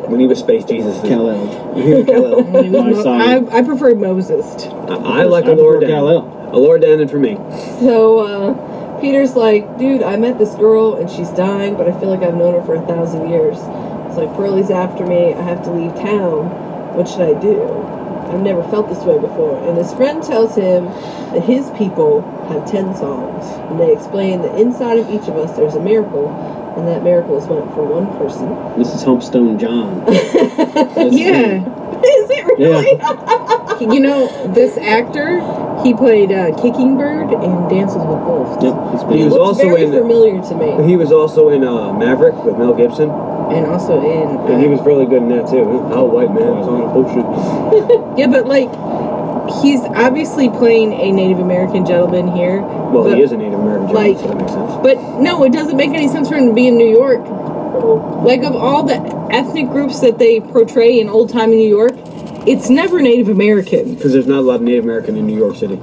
Speaker 3: when he was space Jesus.
Speaker 5: Kal-El.
Speaker 3: I,
Speaker 5: My
Speaker 2: I,
Speaker 5: side.
Speaker 2: I prefer Moses.
Speaker 3: I like
Speaker 5: I
Speaker 3: a Lord
Speaker 5: prefer Kal-El.
Speaker 3: Dannon. A Lord Dannon for me.
Speaker 4: so uh, Peter's like, dude, I met this girl and she's dying, but I feel like I've known her for a thousand years. It's like Pearlie's after me. I have to leave town. What should I do? I've never felt this way before. And his friend tells him that his people have ten songs, and they explain that inside of each of us there's a miracle, and that miracle is meant for one person.
Speaker 5: This is Humpstone John. That's
Speaker 2: Yeah.
Speaker 4: Is it
Speaker 5: Yeah.
Speaker 4: really?
Speaker 2: You know, this actor, he played uh, Kicking Bird and Dances with Wolves.
Speaker 5: Yep, he's
Speaker 3: He
Speaker 5: been
Speaker 3: was
Speaker 4: Looks
Speaker 3: also
Speaker 4: very
Speaker 3: in-
Speaker 4: familiar to me.
Speaker 3: He was also in uh, Maverick with Mel Gibson,
Speaker 2: And also in. uh,
Speaker 3: and he was really good in that too. Oh, white man, I was on a bullshit.
Speaker 2: yeah, but like, he's obviously playing a Native American gentleman here.
Speaker 3: Well,
Speaker 2: but,
Speaker 3: he is a Native American, gentleman,
Speaker 2: like-
Speaker 3: so that makes sense.
Speaker 2: But no, it doesn't make any sense for him to be in New York. Like, of all the ethnic groups that they portray in old time in New York, it's never Native American.
Speaker 3: Because there's not a lot of Native American in New York City.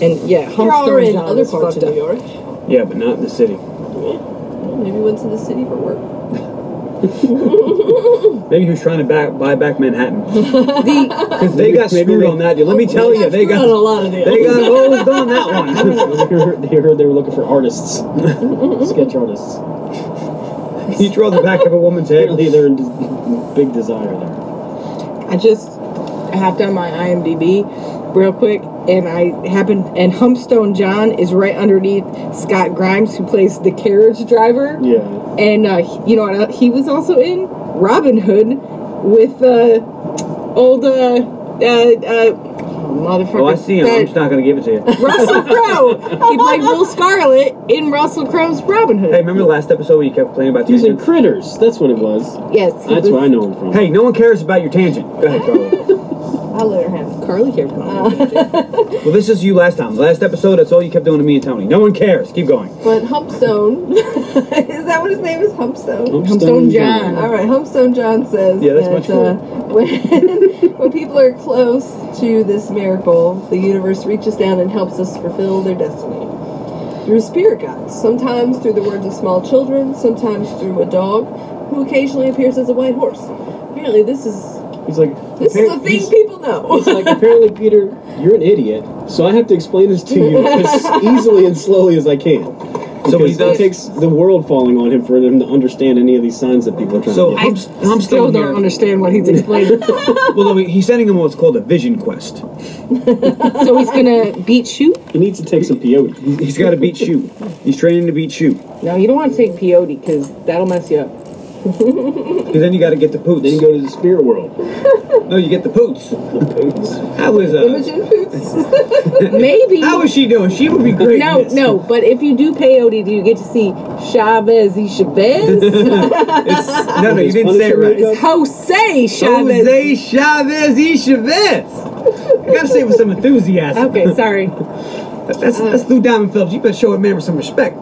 Speaker 2: And yeah,
Speaker 4: There
Speaker 2: Humpstone
Speaker 4: are in
Speaker 2: John
Speaker 4: other
Speaker 2: is
Speaker 4: parts of
Speaker 2: fucked
Speaker 4: New
Speaker 2: up.
Speaker 4: York.
Speaker 3: Yeah, but not in the city.
Speaker 4: Maybe went to the city for work.
Speaker 3: Maybe he was trying to back, buy back Manhattan. Because they
Speaker 5: Maybe-
Speaker 3: got
Speaker 5: maybe
Speaker 3: screwed
Speaker 5: they-
Speaker 3: on that. Dude. Let me tell you, they
Speaker 4: Not a
Speaker 3: got
Speaker 4: lot of deals.
Speaker 3: they got hosed on that one.
Speaker 5: They heard they were looking for artists, sketch artists.
Speaker 3: you draw the back of a woman's head.
Speaker 5: Apparently, they're in des- big desire there.
Speaker 2: I just hopped on my IMDb real quick, and I happened, and Humpstone John is right underneath Scott Grimes, who plays the carriage driver,
Speaker 5: Yeah.
Speaker 2: and uh, he- you know what el- he was also in Robin Hood with uh, old uh, uh, uh, motherfucker.
Speaker 3: Oh, I see him. I'm just not gonna give it to you.
Speaker 2: Russell Crowe. he played Will Scarlet in Russell Crowe's Robin Hood.
Speaker 3: Hey, remember the last episode where you kept complaining about
Speaker 5: He's in
Speaker 3: tangents?
Speaker 5: Critters. That's what it was.
Speaker 2: Yes, he
Speaker 5: That's
Speaker 2: was-
Speaker 5: where I know him from.
Speaker 3: Hey, no one cares about your tangent. Go ahead, Carly.
Speaker 4: I'll let her have it.
Speaker 6: Carly character.
Speaker 4: Uh,
Speaker 3: Well, this is you last time. Last episode, that's all you kept doing to me and Tony. No one cares. Keep going.
Speaker 4: But Humpstone, is that what his name is? Humpstone.
Speaker 5: Humpstone
Speaker 4: John. All right, Humpstone John says
Speaker 3: Yeah, that's
Speaker 4: that
Speaker 3: much cooler.
Speaker 4: uh, when, when people are close to this miracle, the universe reaches down and helps us fulfill their destiny. Through spirit guides, sometimes through the words of small children, sometimes through a dog, who occasionally appears as a white horse. Apparently, this is
Speaker 5: He's like,
Speaker 4: this is a
Speaker 5: appar-
Speaker 4: thing
Speaker 5: he's,
Speaker 4: people know.
Speaker 5: he's like, apparently, Peter, you're an idiot, so I have to explain this to you as easily and slowly as I can.
Speaker 3: So what he
Speaker 5: Because
Speaker 3: does-
Speaker 5: it takes the world falling on him for him to understand any of these signs that people are trying
Speaker 3: So
Speaker 5: to get.
Speaker 3: Humps, Humpstone
Speaker 6: Still
Speaker 3: here-
Speaker 6: don't understand what he's explaining.
Speaker 3: Well, no, he's sending him what's called a vision quest.
Speaker 6: so he's gonna beat you?
Speaker 5: He needs to take some peyote.
Speaker 3: He- He's got to beat shoot. He's training to beat shoot.
Speaker 6: No, you don't want to take peyote because that'll mess you up.
Speaker 3: Because then you got to get the poots.
Speaker 5: Then you go to the spirit world.
Speaker 3: no, you get the poots. How is uh,
Speaker 4: Imogen Poots.
Speaker 6: Maybe.
Speaker 3: How is she doing? She would be great. in
Speaker 6: No,
Speaker 3: this.
Speaker 6: no, but if you do peyote, do you get to see Chavez y Chavez?
Speaker 3: It's, no, no, you
Speaker 5: His
Speaker 3: didn't say it
Speaker 5: punishment
Speaker 3: right.
Speaker 5: makeup.
Speaker 6: Jose Chavez.
Speaker 3: Jose Chavez y Chavez. You gotta say it with some enthusiasm.
Speaker 6: Okay, sorry.
Speaker 3: That's, that's Lou Diamond Phillips. You better show a man with some respect.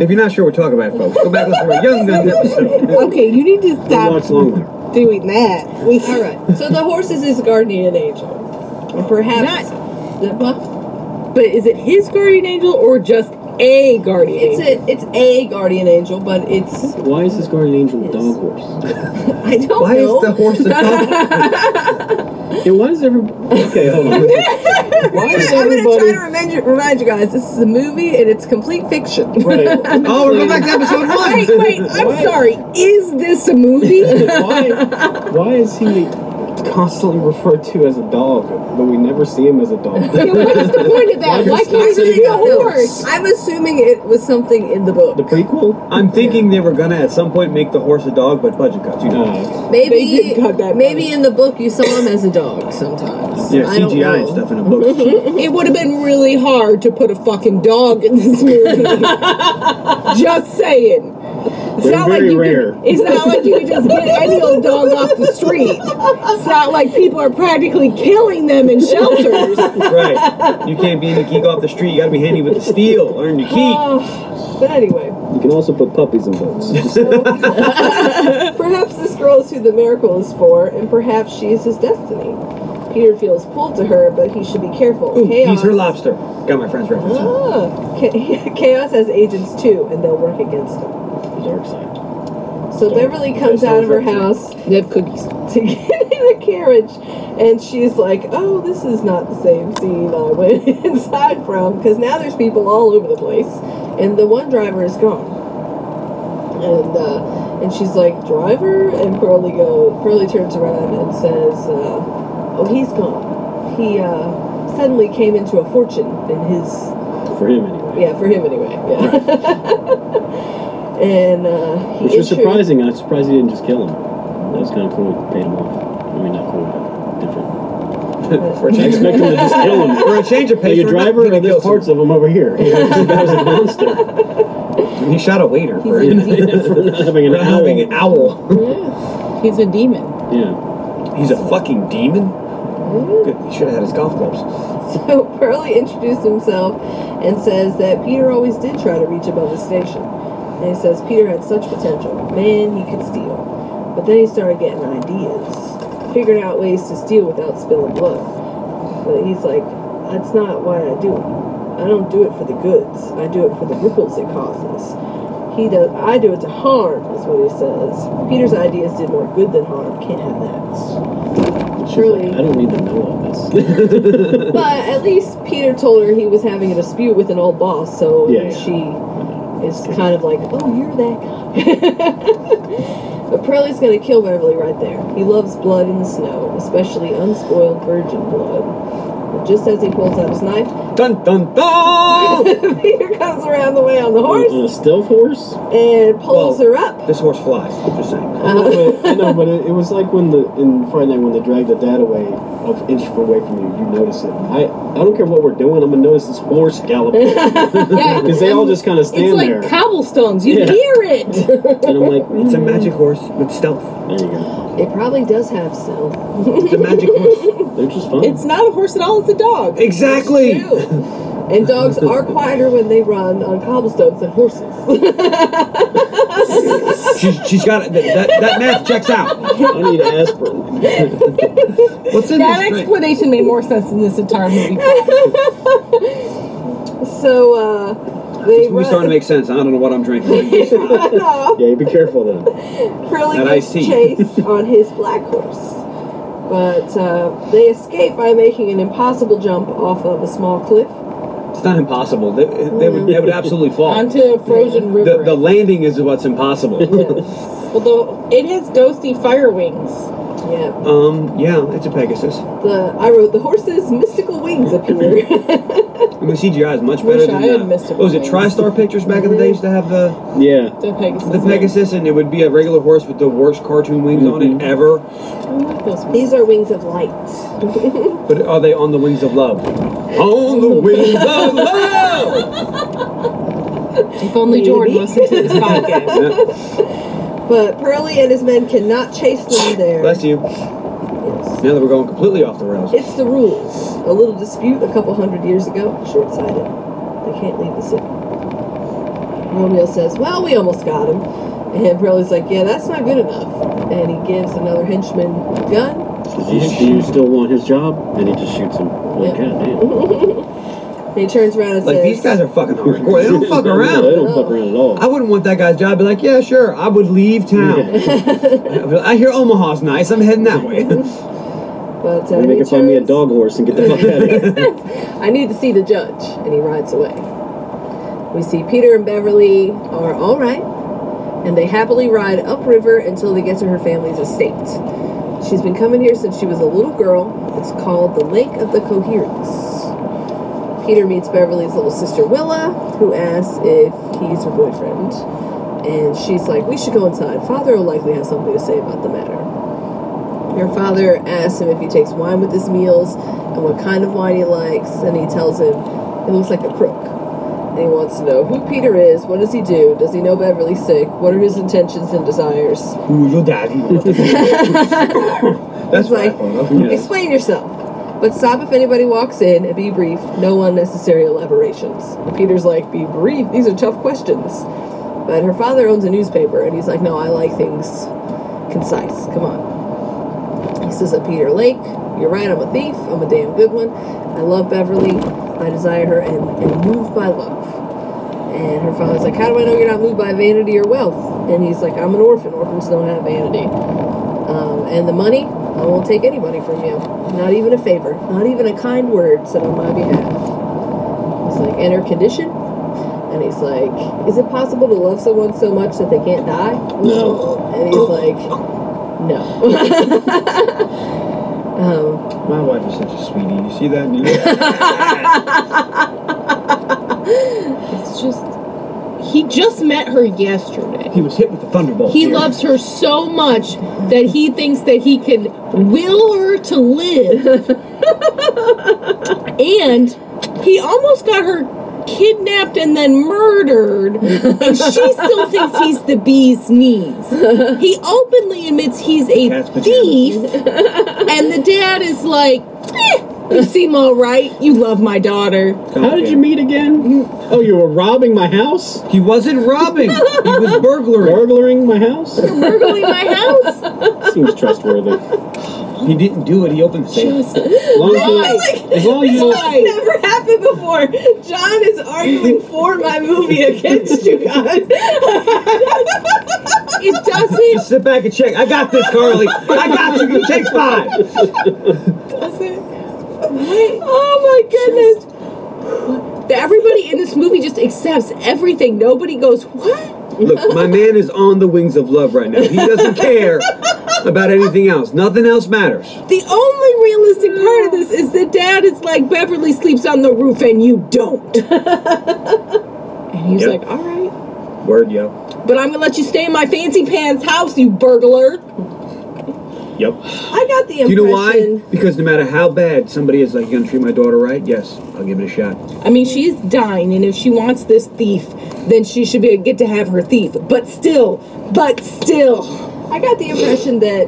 Speaker 3: If you're not sure, we're talking about it, folks. Go back and listen to our Young Guns episode.
Speaker 6: Okay, you need to
Speaker 5: Watch
Speaker 6: stop
Speaker 5: longer.
Speaker 6: doing that. We,
Speaker 4: All right. So the horse is his guardian angel, or perhaps the well,
Speaker 2: But is it his guardian angel or just a guardian
Speaker 4: it's
Speaker 2: angel?
Speaker 4: a it's a guardian angel, but it's
Speaker 5: Why is this guardian angel a dog horse?
Speaker 4: I don't
Speaker 3: Why
Speaker 4: know.
Speaker 3: is the horse a dog?
Speaker 5: And why is every okay? Hold on. Why is
Speaker 4: I'm gonna try to
Speaker 5: everybody?
Speaker 4: remind you, remind you guys. This is a movie and it's complete fiction.
Speaker 5: Right.
Speaker 3: Oh, we're going back to episode one.
Speaker 2: Wait, wait, I'm sorry. Is this a movie?
Speaker 5: why, why is he constantly referred to as a dog, but we never see him as a dog?
Speaker 2: What's the point of that? Why
Speaker 4: I
Speaker 2: can't you
Speaker 4: really
Speaker 2: be a
Speaker 4: don't know.
Speaker 2: horse?
Speaker 4: I'm assuming it was something in the
Speaker 5: The
Speaker 4: book.
Speaker 5: prequel?
Speaker 3: I'm thinking they were gonna at some point make the horse a dog, but budget cuts. You know,
Speaker 5: Uh,
Speaker 4: Maybe
Speaker 6: did cut that
Speaker 4: maybe in the book you saw him as a dog sometimes.
Speaker 3: yeah,
Speaker 4: I don't
Speaker 3: CGI and
Speaker 4: know.
Speaker 3: stuff in a book.
Speaker 2: It would have been really hard to put a fucking dog in this movie. just saying. It's
Speaker 5: They're
Speaker 2: not like
Speaker 5: very
Speaker 2: you
Speaker 5: rare.
Speaker 2: Can, it's not like you can just get any old dog off the street. It's not like people are practically killing them in shelters.
Speaker 3: right. You can't be any geek off the street. You gotta be handy with the steel. Earn your keep.
Speaker 4: But anyway,
Speaker 5: you can also put puppies in boats.
Speaker 4: perhaps this girl is who the miracle is for, and perhaps she is his destiny. Peter feels pulled to her, but he should be careful.
Speaker 3: Ooh,
Speaker 4: Chaos.
Speaker 3: he's her lobster. Got my friend's reference.
Speaker 4: Ah, Cha- Chaos has agents too, and they'll work against him.
Speaker 5: Dark side.
Speaker 4: So Beverly comes out of her house
Speaker 6: they have cookies.
Speaker 4: to get in a carriage, and she's like, "Oh, this is not the same scene I went inside from, because now there's people all over the place, and the one driver is gone." And uh, and she's like, "Driver," and Pearly go. Pearly turns around and says, uh, "Oh, he's gone. He uh, suddenly came into a fortune in his."
Speaker 5: For him, anyway.
Speaker 4: Yeah, for him anyway. Yeah. and uh, he
Speaker 5: Which was
Speaker 4: intro-
Speaker 5: surprising. I'm surprised he didn't just kill him. That was kind of cool. Paid him off. I mean, not cool, but different.
Speaker 3: For a
Speaker 5: I
Speaker 3: change of
Speaker 5: expect him to just kill him.
Speaker 3: for a change of pace.
Speaker 5: Hey, your
Speaker 3: we're not
Speaker 5: driver,
Speaker 3: gonna
Speaker 5: or
Speaker 3: kill
Speaker 5: there's parts of him over here. You know, this guy's a monster
Speaker 3: someone. He shot a waiter for,
Speaker 5: for not having an
Speaker 3: for
Speaker 5: owl.
Speaker 3: having an owl.
Speaker 6: He's a demon.
Speaker 5: Yeah.
Speaker 3: He's a fucking demon. Good, He should have had his golf clubs.
Speaker 4: So Pearly introduced himself and says that Peter always did try to reach above his station. And he says Peter had such potential. Man, he could steal. But then he started getting ideas, figured out ways to steal without spilling blood. But he's like, that's not why I do it. I don't do it for the goods. I do it for the ripples it causes. He does. I do it to harm, is what he says. Peter's ideas did more good than harm. Can't have that.
Speaker 5: She's
Speaker 4: Truly.
Speaker 5: like, I don't need to know all this.
Speaker 4: But at least Peter told her he was having a dispute with an old boss, so
Speaker 5: Yeah, yeah.
Speaker 4: she is kind of like, oh, you're that guy. but Pearlie's gonna kill Beverly right there. He loves blood in the snow, especially unspoiled virgin blood. But just as he pulls out his knife,
Speaker 3: Dun dun dun!
Speaker 4: Peter comes around the way on the horse
Speaker 5: On a stealth horse?
Speaker 4: and pulls
Speaker 3: Well-
Speaker 4: her up.
Speaker 3: this horse flies. I'm just saying.
Speaker 5: I know, but, I know, but it, it was like when the in Friday night when they dragged the dad away, an inch away from you, you notice it. I I don't care what we're doing, I'm gonna notice this horse galloping
Speaker 2: Yeah,
Speaker 5: because they all just kind of stand
Speaker 2: it's like
Speaker 5: there,
Speaker 2: cobblestones. You
Speaker 5: Yeah.
Speaker 2: hear it.
Speaker 5: and I'm like,
Speaker 3: It's a magic horse with stealth.
Speaker 5: there you go.
Speaker 4: It probably does have stealth.
Speaker 3: It's a magic horse.
Speaker 5: They're just fun.
Speaker 7: It's not a horse at all, it's a dog.
Speaker 3: Exactly.
Speaker 8: And dogs are quieter when they run on cobblestones than horses.
Speaker 3: she's, she's got it. That, that, that math checks out.
Speaker 5: I need aspirin.
Speaker 3: What's in
Speaker 7: That
Speaker 3: this? thing?
Speaker 7: explanation made more sense in this entire movie.
Speaker 4: So, uh, they
Speaker 3: It's really starting to make sense. I don't know what I'm drinking.
Speaker 4: run off.
Speaker 5: Yeah, you be careful then.
Speaker 4: Curly
Speaker 3: That
Speaker 4: gives
Speaker 3: iced tea.
Speaker 4: chase on his black horse. But uh, they escape by making an impossible jump off of a small cliff.
Speaker 3: It's not impossible. They, they would, they would absolutely fall.
Speaker 7: Onto frozen
Speaker 3: The,
Speaker 7: river.
Speaker 3: the landing is what's impossible.
Speaker 7: Although it has ghosty fire wings.
Speaker 4: Yeah.
Speaker 3: Um, yeah, it's a Pegasus.
Speaker 4: The I wrote the horse's mystical wings appear.
Speaker 3: I mean, CGI is much
Speaker 7: Wish
Speaker 3: better
Speaker 7: I
Speaker 3: than
Speaker 7: had
Speaker 3: uh,
Speaker 7: missed it
Speaker 3: what was it
Speaker 7: with
Speaker 3: TriStar Pictures back in the day used to have the
Speaker 5: Yeah.
Speaker 7: The Pegasus.
Speaker 3: the Pegasus, and it would be a regular horse with the worst cartoon wings
Speaker 7: Mm-hmm.
Speaker 3: on it ever.
Speaker 7: I like those ones.
Speaker 4: These are wings of light.
Speaker 3: But are they on the wings of love? On the wings of love.
Speaker 7: If only Jordan listened to this podcast.
Speaker 3: Yeah,
Speaker 4: But Pearly and his men cannot chase them there.
Speaker 3: bless you. Now that we're going completely off the rails.
Speaker 4: It's the rules. A little dispute a couple hundred years ago, short sighted. They can't leave the city. Romeo says, Well, we almost got him. And Pearlie's like, Yeah, that's not good enough. And he gives another henchman a gun.
Speaker 5: Do you, do you still want his job? And he just shoots him. Like,
Speaker 4: Yeah.
Speaker 5: goddamn.
Speaker 4: And he turns around and
Speaker 3: Like
Speaker 4: says,
Speaker 3: these guys are fucking hardcore. They don't fuck
Speaker 5: No, they
Speaker 3: around.
Speaker 5: don't fuck around at all.
Speaker 3: I wouldn't want that guy's job. Be like, yeah, sure. I would leave town. I'd be like, I hear Omaha's nice. I'm heading that way.
Speaker 4: But uh,
Speaker 5: Maybe they
Speaker 4: he
Speaker 5: can find me a
Speaker 4: turns-
Speaker 5: dog horse and get the fuck out of here.
Speaker 4: I need to see the judge. And he rides away. We see Peter and Beverly are all right, and they happily ride upriver until they get to her family's estate. She's been coming here since she was a little girl. It's called the Lake of the Coherence. Peter meets Beverly's little sister Willa, who asks if he's her boyfriend. And she's like, We should go inside. Father will likely have something to say about the matter. Your father asks him if he takes wine with his meals and what kind of wine he likes, and he tells him he looks like a crook. And he wants to know who Peter is, what does he do, does he know Beverly's sick, what are his intentions and desires.
Speaker 3: Who's your daddy? That's
Speaker 4: It's
Speaker 3: what I
Speaker 4: like-
Speaker 3: thought of.
Speaker 4: Explain yourself, but stop if anybody walks in and be brief, no unnecessary elaborations. And Peter's like, be brief, these are tough questions. But her father owns a newspaper, and he's like, no, I like things concise, come on. He says that Peter Lake, you're right, I'm a thief, I'm a damn good one. I love Beverly, I desire her and am moved by love. And her father's like, How do I know you're not moved by vanity or wealth? And he's like, I'm an orphan, orphans don't have vanity. Um, and the money, I won't take any money from you. Not even a favor, not even a kind word said on my behalf. He's like, And her condition? And he's like, Is it possible to love someone so much that they can't die?
Speaker 5: No.
Speaker 4: And he's like, No. um,
Speaker 3: My wife is such a sweetie. You see that? You-
Speaker 7: It's just. He just met her yesterday.
Speaker 3: he was hit with a thunderbolt.
Speaker 2: He
Speaker 3: Yeah.
Speaker 2: loves her so much that he thinks that he can will her to live. and he almost got her kidnapped and then murdered. And she still thinks he's the bee's knees. He openly admits he's a
Speaker 3: Cat's pajamas.
Speaker 2: thief. And the dad is like, "Eh, you seem all right. You love my daughter.
Speaker 5: How did you meet again? Oh, you were robbing my house?
Speaker 3: He wasn't robbing. he was burglary.
Speaker 5: Burglaring my house?
Speaker 2: Burgling my house.
Speaker 5: Seems trustworthy.
Speaker 3: He didn't do it. He opened the safe.
Speaker 2: Oh,
Speaker 5: Long as, as long as you don't,
Speaker 4: never happened before. John is arguing for my movie against you guys.
Speaker 2: It doesn't
Speaker 3: Just sit back and check. I got this, Carly. I got you. You take five.
Speaker 2: Oh my goodness. Oh, Everybody in this movie just accepts everything. Nobody goes, What?
Speaker 3: Look, my man is on the wings of love right now. He doesn't care about anything else. Nothing else matters.
Speaker 2: The only realistic part of this is that dad is like, Beverly sleeps on the roof and you don't. and he's
Speaker 3: Yep.
Speaker 2: like, All right.
Speaker 3: Word, yo.
Speaker 2: But I'm going to let you stay in my fancy pants house, you burglar.
Speaker 3: Yep.
Speaker 4: I got the impression.
Speaker 3: Do you know why? Because no matter how bad somebody is, like, you gonna treat my daughter right? Yes, I'll give it a shot.
Speaker 2: I mean, she is dying, and if she wants this thief, then she should be get to have her thief. But still, but still.
Speaker 4: I got the impression that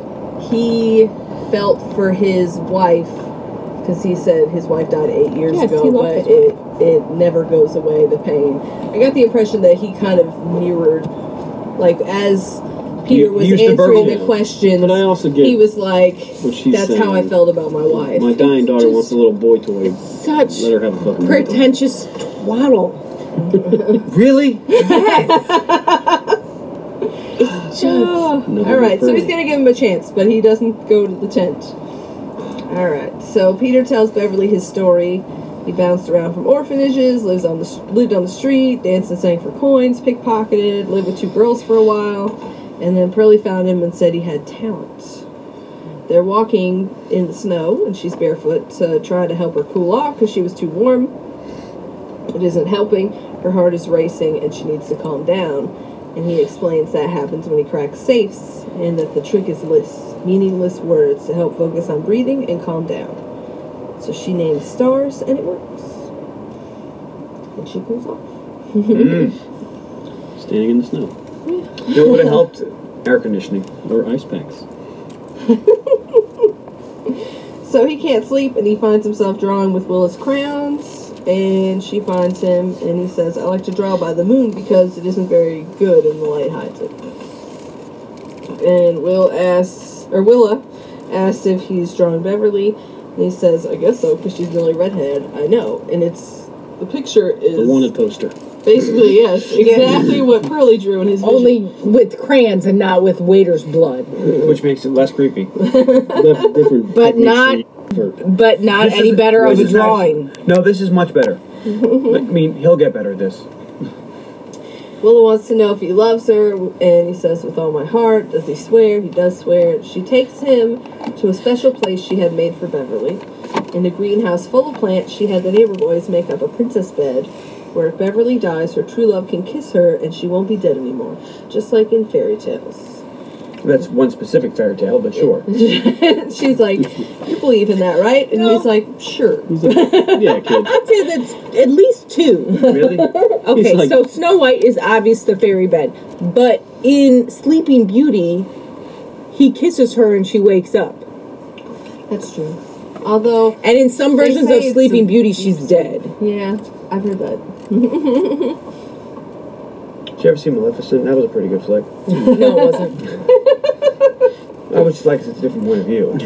Speaker 4: he felt for his wife because he said his wife died eight years
Speaker 9: Yes, he
Speaker 4: ago,
Speaker 9: loved
Speaker 4: but
Speaker 9: his
Speaker 4: it it never goes away the pain. I got the impression that he kind of mirrored, like as
Speaker 3: He-
Speaker 4: Peter
Speaker 3: he
Speaker 4: was
Speaker 3: used to burgle
Speaker 4: answering the
Speaker 5: down.
Speaker 4: questions,
Speaker 5: But I also get
Speaker 4: he was like,
Speaker 5: what she's
Speaker 4: "That's how I
Speaker 5: saying.
Speaker 4: felt about my wife."
Speaker 5: My dying daughter
Speaker 4: Just
Speaker 5: wants a little boy toy.
Speaker 4: Such
Speaker 5: Let her have a fucking boy toy.
Speaker 4: pretentious twaddle.
Speaker 3: Really?
Speaker 5: No,
Speaker 4: Oh, All right, so
Speaker 5: no.
Speaker 4: he's gonna give him a chance, but he doesn't go to the tent. All right, so Peter tells Beverly his story. He bounced around from orphanages, lives on the s- lived on the street, danced and sang for coins, pickpocketed, lived with two girls for a while, and then Pearlie found him and said he had talent. They're walking in the snow, and she's barefoot to try to help her cool off because she was too warm. It isn't helping. Her heart is racing, and she needs to calm down. And he explains that happens when he cracks safes, and that the trick is lists, meaningless words to help focus on breathing and calm down. So she names stars, and it works. And she cools off.
Speaker 3: Mm.
Speaker 5: Standing in the snow.
Speaker 3: It would have helped air conditioning.
Speaker 5: Or ice packs.
Speaker 4: So he can't sleep, and he finds himself drawing with Willa's crayons. And she finds him, and he says, "I like to draw by the moon because it isn't very good, and the light hides it." And Will asks, or Willa asks if he's drawing Beverly, and he says, "I guess so, because she's nearly redhead. I know." And it's the picture is
Speaker 5: The wanted poster.
Speaker 4: basically yes, exactly what Pearlie drew in his vision.
Speaker 2: Only with crayons and not with waiter's blood.
Speaker 3: Which makes it less creepy.
Speaker 5: Def- different
Speaker 2: But
Speaker 5: techniques
Speaker 2: not-
Speaker 5: for- for-
Speaker 2: But not
Speaker 3: This
Speaker 2: any
Speaker 3: is-
Speaker 2: better of
Speaker 3: this
Speaker 2: a
Speaker 3: is actually-
Speaker 2: drawing.
Speaker 3: No, this is much better. I mean, he'll get better at this.
Speaker 4: Willa wants to know if he loves her, and he says, with all my heart. Does he swear? He does swear. She takes him to a special place she had made for Beverly. In a greenhouse full of plants, she had the neighbor boys make up a princess bed where if Beverly dies, her true love can kiss her and she won't be dead anymore, just like in fairy tales.
Speaker 3: That's one specific fairy tale, but sure.
Speaker 4: She's like, You believe in that, right? And he's like, Sure.
Speaker 5: He's like, yeah, kid.
Speaker 2: I'd say that's at least two.
Speaker 3: Really?
Speaker 2: Okay,
Speaker 5: like-
Speaker 2: so Snow White is obvious the fairy bed, but in Sleeping Beauty, he kisses her and she wakes up.
Speaker 4: That's true. Although,
Speaker 2: And in some
Speaker 4: They
Speaker 2: versions
Speaker 4: say
Speaker 2: of
Speaker 4: it's
Speaker 2: Sleeping
Speaker 4: a-
Speaker 2: Beauty, she's dead.
Speaker 4: yeah, I've heard that.
Speaker 3: Did you ever see Maleficent? That was a pretty good flick.
Speaker 2: No, it wasn't.
Speaker 3: I would just like it's a different point of view.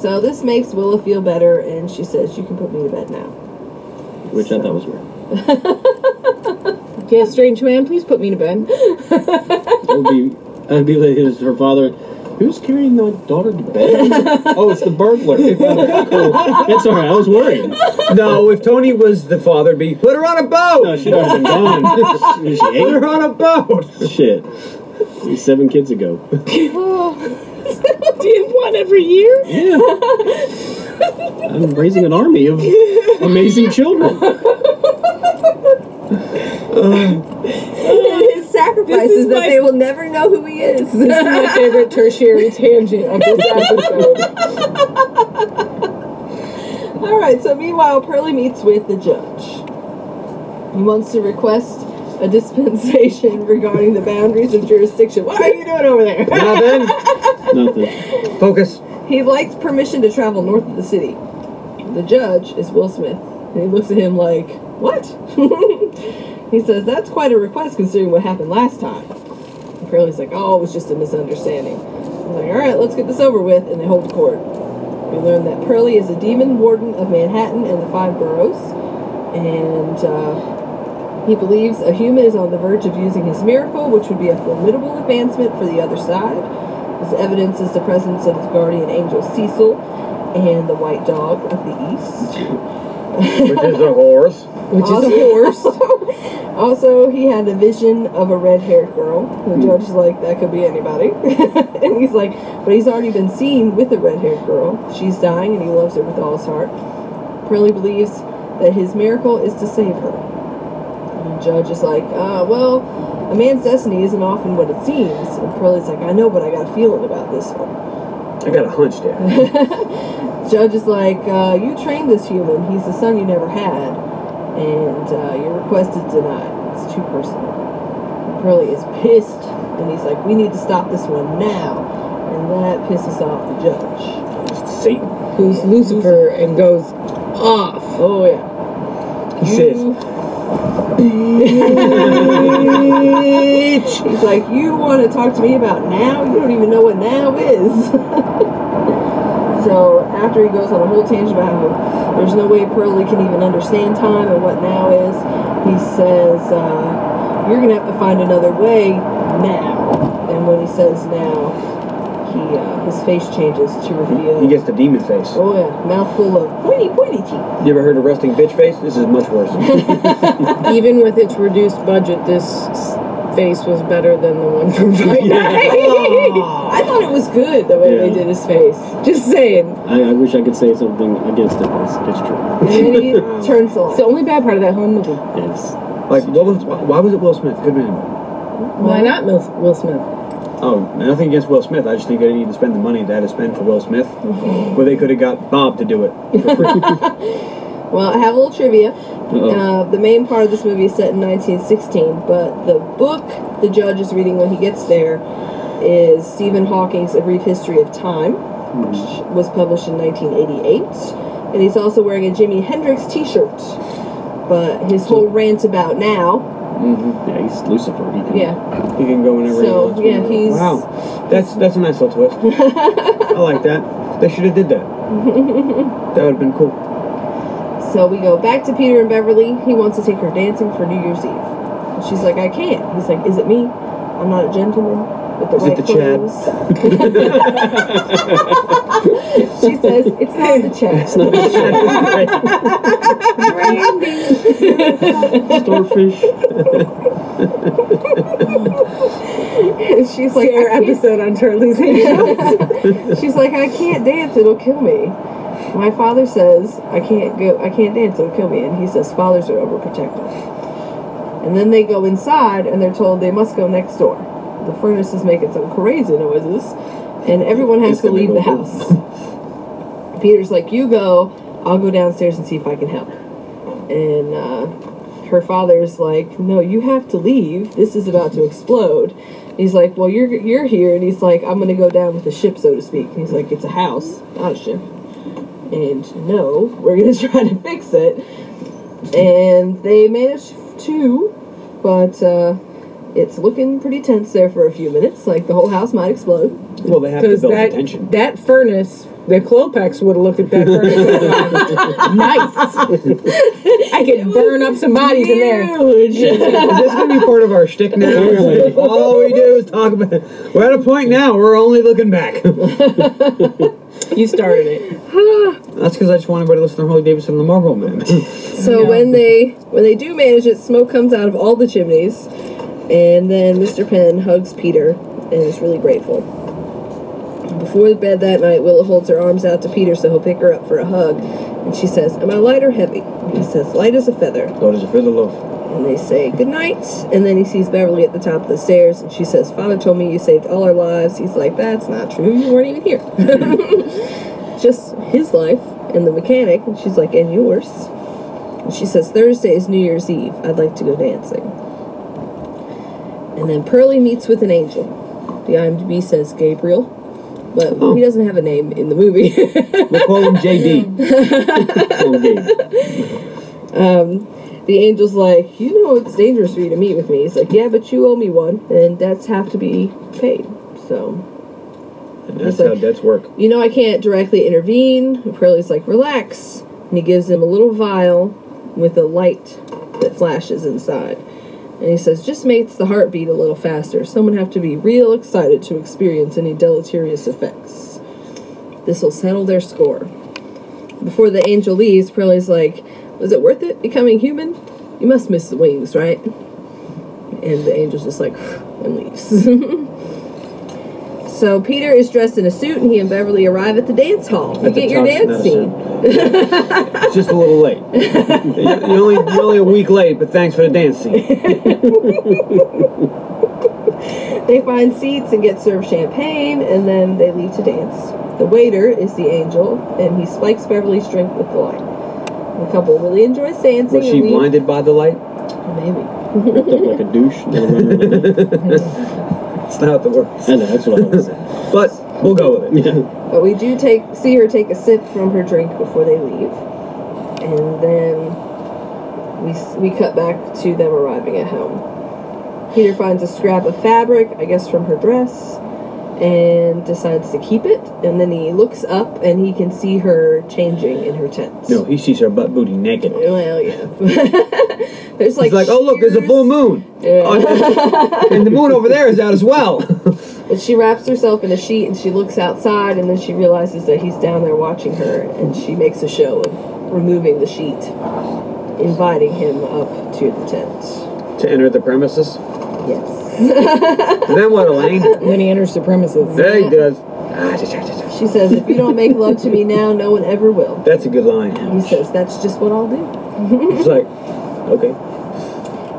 Speaker 4: So this makes Willa feel better and she says, You can put me to bed now.
Speaker 5: Which I thought was weird.
Speaker 2: Yeah, strange man, please put me to bed.
Speaker 5: It would be, I'd be like his, her father. Who's carrying my daughter to bed? oh, it's the burglar. cool. It's all right. I was worried.
Speaker 3: no, if Tony was the father, it'd be put her on a
Speaker 5: No,
Speaker 3: boat.
Speaker 5: she'd already been gone. she she
Speaker 3: Put
Speaker 5: ate
Speaker 3: her on a boat.
Speaker 5: Shit. Seven kids ago.
Speaker 2: Do you have one every year?
Speaker 5: Yeah. I'm raising an army of amazing children.
Speaker 4: his sacrifice is that they will never know who he is.
Speaker 2: This is my favorite tertiary tangent of this episode.
Speaker 4: All right. So meanwhile, Pearlie meets with the judge. He wants to request a dispensation regarding the boundaries of jurisdiction. What are you doing over there?
Speaker 3: Now then,
Speaker 5: Nothing.
Speaker 3: focus.
Speaker 4: He likes permission to travel north of the city. The judge is Will Smith, and he looks at him like, What? he says, That's quite a request considering what happened last time. And Curly's like, Oh, it was just a misunderstanding. He's like, Alright, let's get this over with, and they hold court. We learn that Pearlie is a demon warden of Manhattan and the five boroughs, and uh, he believes a human is on the verge of using his miracle, which would be a formidable advancement for the other side. His evidence is the presence of his guardian angel Cecil and the white dog of the east.
Speaker 3: Which is a horse.
Speaker 2: Which is a
Speaker 4: horse. also, he had a vision of a red haired girl. The judge is like, that could be anybody. and he's like, but he's already been seen with a red haired girl. She's dying and he loves her with all his heart. Pearlie believes that his miracle is to save her. And the judge is like, uh, well, a man's destiny isn't often what it seems. And Pearlie's like, I know, but I got a feeling about this one.
Speaker 3: I got a hunch, Dad.
Speaker 4: Judge is like, uh, you trained this human. He's the son you never had, and uh, your request is denied. It's too personal. Pearlie is pissed, and he's like, we need to stop this one now, and that pisses off the judge.
Speaker 3: Satan.
Speaker 2: who's Lucifer and goes off. Oh yeah.
Speaker 3: He says,
Speaker 4: Bitch. He's like, you want to talk to me about now? You don't even know what now is. so after he goes on a whole tangent about how there's no way Pearlie can even understand time and what now is, he says, uh, you're gonna have to find another way now. And when he says now, he uh, his face changes to reveal.
Speaker 3: he gets the demon face.
Speaker 4: Oh yeah, mouthful of pointy pointy teeth.
Speaker 3: You ever heard of resting bitch face? This is much worse.
Speaker 2: Even with its reduced budget, this s- face was better than the one from Friday.
Speaker 4: I thought it was good the way they
Speaker 5: Yeah.
Speaker 4: did his face.
Speaker 2: Just saying.
Speaker 5: I, I wish I could say something against it, but it's, it's true.
Speaker 4: And then he turns
Speaker 2: It's
Speaker 4: on.
Speaker 2: the only bad part of that whole movie.
Speaker 5: It's,
Speaker 3: like, what was, why, why was it Will Smith? Good man.
Speaker 2: Why not Mil- Will Smith?
Speaker 3: Oh, nothing against Will Smith. I just think they didn't need to spend the money they had to spend for Will Smith.
Speaker 4: Mm-hmm.
Speaker 3: Where they could have got Bob to do it. Mm-hmm. for free.
Speaker 4: Well, I have a little trivia.
Speaker 3: Uh-oh.
Speaker 4: Uh, the main part of this movie is set in 1916, but the book the judge is reading when he gets there is Stephen Hawking's A Brief History of Time, which was published in 1988. And he's also wearing a Jimi Hendrix t shirt. But his whole rant about now,
Speaker 5: yeah, he's Lucifer. He can,
Speaker 4: yeah,
Speaker 3: He can go whenever
Speaker 4: So,
Speaker 3: he wants.
Speaker 4: yeah, he's-
Speaker 3: Wow, that's that's a nice little twist. I like that. They should have did that. that would have been cool.
Speaker 4: So we go back to Peter and Beverly. He wants to take her dancing for New Year's Eve. And she's like, I can't. He's like, Is it me? I'm not a gentleman with the
Speaker 3: Is it
Speaker 4: right
Speaker 3: the Chad?
Speaker 4: clothes. she says, It's not the Chad. It's not
Speaker 5: Starfish.
Speaker 4: and she's like,
Speaker 2: Fair
Speaker 4: I can't-
Speaker 2: episode on Charlie's Angels.
Speaker 4: She's like, I can't dance. It'll kill me. My father says I can't go. I can't dance. It'll kill me. And he says fathers are overprotective. And then they go inside and they're told they must go next door. The furnace is making some crazy noises, and everyone has
Speaker 3: It's
Speaker 4: to
Speaker 3: gonna
Speaker 4: leave
Speaker 3: go
Speaker 4: the
Speaker 3: boom.
Speaker 4: house. Peter's like, you go. I'll go downstairs and see if I can help. And uh, her father's like, no, you have to leave. This is about to explode. He's like, well, you're you're here, and he's like, I'm gonna go down with the ship, so to speak. And he's like, it's a house, not a ship. And no, we're gonna try to fix it. And they managed to, but uh, it's looking pretty tense there for a few minutes. Like the whole house might explode.
Speaker 3: Well, they have to
Speaker 2: Because
Speaker 3: build
Speaker 2: that,
Speaker 3: the tension.
Speaker 2: that furnace, the Clopex would have looked at that furnace and gone, nice. I could burn up some bodies in there.
Speaker 3: Is this gonna be part of our shtick now? All we do is talk about. We're at a point now. We're only looking back. that's
Speaker 2: You started it.
Speaker 3: because I just want everybody to listen to Harley Davidson and the Marlboro Man.
Speaker 4: So when they when they do manage it, smoke comes out of all the chimneys, and then Mr. Penn hugs Peter and is really grateful. Before the bed that night, Willa holds her arms out to Peter so he'll pick her up for a hug, and she says, "Am I light or heavy?" And he says, "Light as a feather."
Speaker 3: Lord is a fiddle loaf.
Speaker 4: And they say good night, and then he sees Beverly at the top of the stairs, and she says, "Father told me you saved all our lives." He's like, "That's not true. You weren't even here." Just his life and the mechanic, and she's like, "And yours." And she says, Thursday is New Year's Eve. I'd like to go dancing. And then Pearlie meets with an angel. The IMDb says Gabriel, but he doesn't have a name in the movie.
Speaker 3: We'll call him JD.
Speaker 5: Okay.
Speaker 4: um, the angel's like, You know it's dangerous for you to meet with me. He's like, Yeah, but you owe me one, and debts have to be paid. So
Speaker 3: And that's
Speaker 4: He's like-
Speaker 3: how debts work.
Speaker 4: you know I can't directly intervene. And Pearlie's like, relax. And he gives him a little vial with a light that flashes inside. And he says, just makes the heart beat a little faster. Someone have to be real excited to experience any deleterious effects. This will settle their score. Before the angel leaves, Pearlie's like, was it worth it becoming human? You must miss the wings, right? And the angel's just like, and leaves. So Peter is dressed in a suit, and he and Beverly arrive at the dance hall. You
Speaker 3: That's a
Speaker 4: get your
Speaker 3: tux,
Speaker 4: dance
Speaker 3: not a
Speaker 4: scene.
Speaker 3: suit. it's just a little late. You- you're, only, you're only a week late, but thanks for the dance scene.
Speaker 4: They find seats and get served champagne, and then they leave to dance. The waiter is the angel, and he spikes Beverly's drink with the light. The couple really enjoys dancing.
Speaker 3: Was she
Speaker 4: and leave-
Speaker 3: blinded by the light?
Speaker 4: Maybe.
Speaker 5: Ripped up like a douche. I
Speaker 3: It's not how it works.
Speaker 5: know, that's what I was saying.
Speaker 3: But We'll go with it.
Speaker 4: But we do take see her take a sip from her drink before they leave, and then we s- we cut back to them arriving at home. Peter finds a scrap of fabric, I guess from her dress, and decides to keep it. And then he looks up and he can see her changing in her tent.
Speaker 3: No, he sees her butt booty naked.
Speaker 4: Well, Oh, yeah. there's like
Speaker 3: He's like, oh look, there's a
Speaker 4: shears."
Speaker 3: full moon, Oh,
Speaker 4: Yeah.
Speaker 3: and the moon over there is out as well.
Speaker 4: But she wraps herself in a sheet and she looks outside and then she realizes that he's down there watching her and she makes a show of removing the sheet, inviting him up to the tent.
Speaker 3: to enter the premises.
Speaker 4: Yes.
Speaker 3: Then what, Elaine?
Speaker 2: And then he enters the premises.
Speaker 3: There he does. Ah, cha, cha, cha, cha.
Speaker 4: she says, If you don't make love to me now, no one ever will.
Speaker 3: That's a good line.
Speaker 4: He says, That's just what I'll do.
Speaker 3: It's like, okay.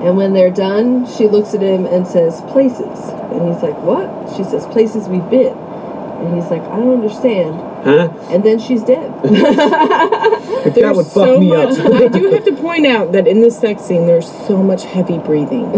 Speaker 4: And when they're done, she looks at him and says, Places. And he's like, What? She says, Places we've been. And he's like, I don't understand.
Speaker 3: Huh?
Speaker 4: And then she's dead.
Speaker 3: If that
Speaker 2: There's
Speaker 3: would fuck
Speaker 2: so
Speaker 3: me
Speaker 2: much.
Speaker 3: up.
Speaker 2: I do have to point out that in this sex scene, there's so much heavy breathing.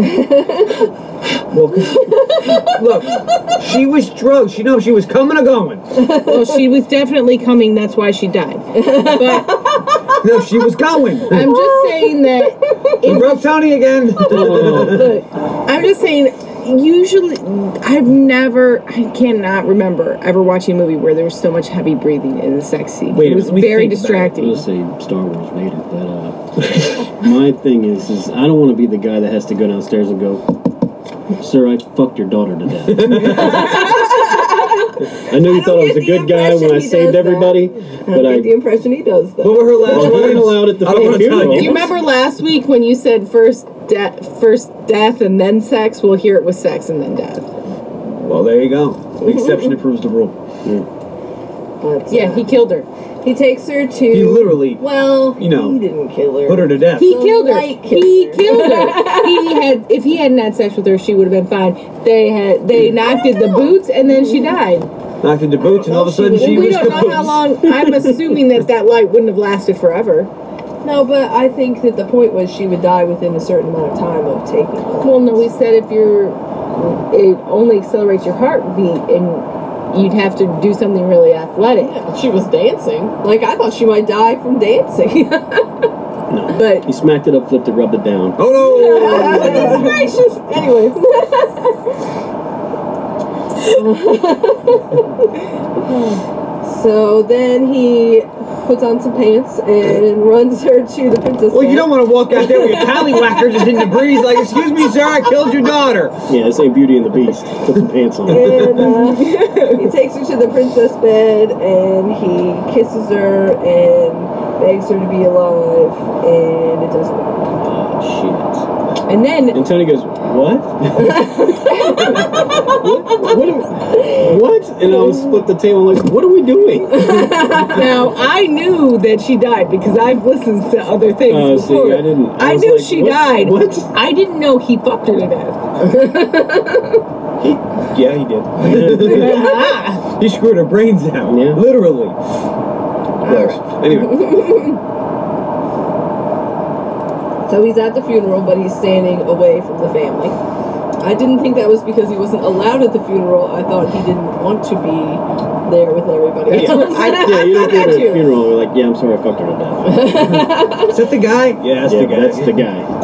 Speaker 3: Well, 'cause- look, she was drugged. She knows she was coming or going.
Speaker 2: well, she was definitely coming. That's why she died. But
Speaker 3: No, she was going.
Speaker 2: I'm just saying that.
Speaker 3: We broke Tony again.
Speaker 2: Look, I'm just saying. Usually, I've never, I cannot remember ever watching a movie where there was so much heavy breathing in the sex scene.
Speaker 3: Wait a
Speaker 2: it was
Speaker 3: minute, let me
Speaker 2: very
Speaker 3: think about it.
Speaker 5: I'm
Speaker 2: distracting.
Speaker 5: gonna say Star Wars Vader, but uh, my thing is, is I don't want to be the guy that has to go downstairs and go, "Sir, I fucked your daughter to death." I know you thought I was a good guy when I saved everybody, but I.
Speaker 4: Get the impression he does, though.
Speaker 3: What were her last
Speaker 5: Well, we
Speaker 3: words?
Speaker 5: ain't allowed at the
Speaker 3: I don't wanna
Speaker 5: fucking
Speaker 3: tell
Speaker 5: funeral.
Speaker 2: Do you remember last week when you said first death, first death, and then sex? Well, here it was sex and then death.
Speaker 3: Well, there you go. The exception that proves the rule.
Speaker 4: But,
Speaker 2: Yeah,
Speaker 4: uh,
Speaker 2: he killed her.
Speaker 4: He takes her to.
Speaker 3: He literally
Speaker 4: well,
Speaker 3: you know,
Speaker 4: he didn't kill her.
Speaker 3: put her to death.
Speaker 2: He
Speaker 4: The
Speaker 2: killed her.
Speaker 4: light killed
Speaker 2: He
Speaker 4: her.
Speaker 2: killed her. he had if he hadn't had sex with her, she would have been fine. They had they knocked at the boots and then she died.
Speaker 3: Knocked into boots, and all of a sudden she
Speaker 2: Well, we
Speaker 3: was
Speaker 2: don't know how
Speaker 3: kaboom.
Speaker 2: long. I'm assuming that that light wouldn't have lasted forever.
Speaker 4: No, but I think that the point was she would die within a certain amount of time of taking the light.
Speaker 2: Well, no, we said if you're, it only accelerates your heartbeat and you'd have to do something really athletic.
Speaker 4: She was dancing. Like I thought she might die from dancing.
Speaker 5: No.
Speaker 2: But
Speaker 5: He smacked it up, flipped it, rubbed it down.
Speaker 3: Oh no!
Speaker 4: Gracious. Anyways. so then he puts on some pants and runs her to the princess.
Speaker 3: Well, you
Speaker 4: tent.
Speaker 3: don't want to walk out there with your tallywhacker just in the breeze, like, excuse me, sir, I killed your daughter.
Speaker 5: Yeah, this ain't Beauty and the Beast. Put some pants on.
Speaker 4: and uh, he takes her to the princess bed and he kisses her and begs her to be alive and it doesn't work.
Speaker 5: Oh,
Speaker 2: and then
Speaker 5: shit. And Tony goes, what? what? What? am- what? And I was split the table like, what are we doing?
Speaker 2: now I knew that she died because I've listened to other things
Speaker 5: Oh, see,
Speaker 2: before.
Speaker 5: I didn't. I
Speaker 2: I
Speaker 5: was
Speaker 2: knew
Speaker 5: like,
Speaker 2: she
Speaker 5: what-
Speaker 2: died.
Speaker 5: what?
Speaker 2: I didn't know he fucked her to death.
Speaker 3: He, yeah, he did.
Speaker 2: Ah.
Speaker 3: he screwed her brains out.
Speaker 5: Yeah.
Speaker 3: Literally. Gross. Anyway,
Speaker 4: So he's at the funeral, but he's standing away from the family. I didn't think that was because he wasn't allowed at the funeral. I thought he didn't want to be there with everybody
Speaker 3: Yeah.
Speaker 4: else.
Speaker 5: yeah, you don't go to a funeral. We're like, yeah, I'm sorry, I fucked her to death.
Speaker 3: is that the guy? Yeah, that's
Speaker 5: yeah,
Speaker 3: the guy.
Speaker 5: that's the guy.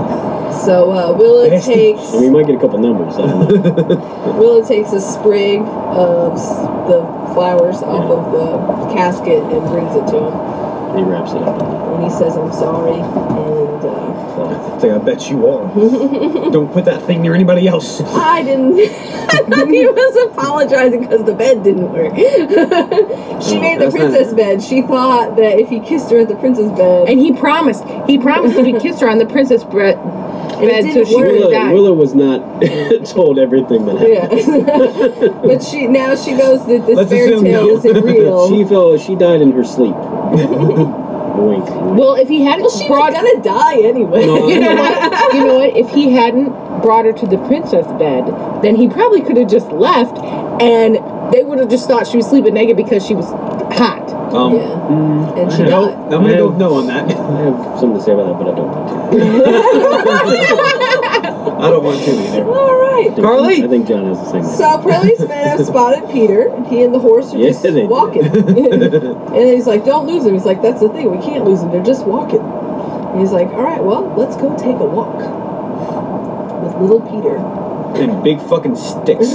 Speaker 4: So uh, Willa
Speaker 3: Nasty.
Speaker 4: takes
Speaker 5: And we might get a couple numbers. I don't know.
Speaker 4: Willa takes a sprig of s- the flowers off of the casket and brings it to him,
Speaker 5: He wraps it up.
Speaker 4: and he says, "I'm sorry." And uh,
Speaker 3: It's like, I bet you are. Don't put that thing near anybody else. Um,
Speaker 4: I didn't. he was apologizing because the bed didn't work. she made the
Speaker 3: That's not-
Speaker 4: princess bed. She thought that if he kissed her at the princess bed,
Speaker 2: and he promised. He promised if he kissed her on the princess bre- bed, so
Speaker 4: didn't
Speaker 2: she would
Speaker 5: Willow,
Speaker 2: have died.
Speaker 5: Willow was not told everything that happened.
Speaker 4: Yeah. but she now she knows that this
Speaker 3: Let's
Speaker 4: fairy
Speaker 3: assume
Speaker 4: tale
Speaker 3: no.
Speaker 4: isn't real.
Speaker 5: She fell. She died in her sleep. Wink.
Speaker 2: Well, if he hadn't
Speaker 4: well, she
Speaker 2: brought,
Speaker 4: was gonna die anyway.
Speaker 5: No,
Speaker 2: you know what? You know what? If he hadn't brought her to the princess bed, then he probably could have just left, and they would have just thought she was sleeping naked because she was hot.
Speaker 3: Um,
Speaker 4: Yeah. And she
Speaker 3: no,
Speaker 4: died.
Speaker 3: I'm going to go with no on that.
Speaker 5: I have something to say about that, but I don't want
Speaker 3: I I don't want to either.
Speaker 4: All right.
Speaker 3: Carly?
Speaker 5: I think John has the same.
Speaker 4: So Pearly's men have spotted Peter. He and the horse are
Speaker 5: Yeah,
Speaker 4: just
Speaker 5: they did.
Speaker 4: walking. and he's like, don't lose him. He's like, that's the thing. We can't lose him. They're just walking. And he's like, all right, well, let's go take a walk with little Peter.
Speaker 3: And big fucking sticks.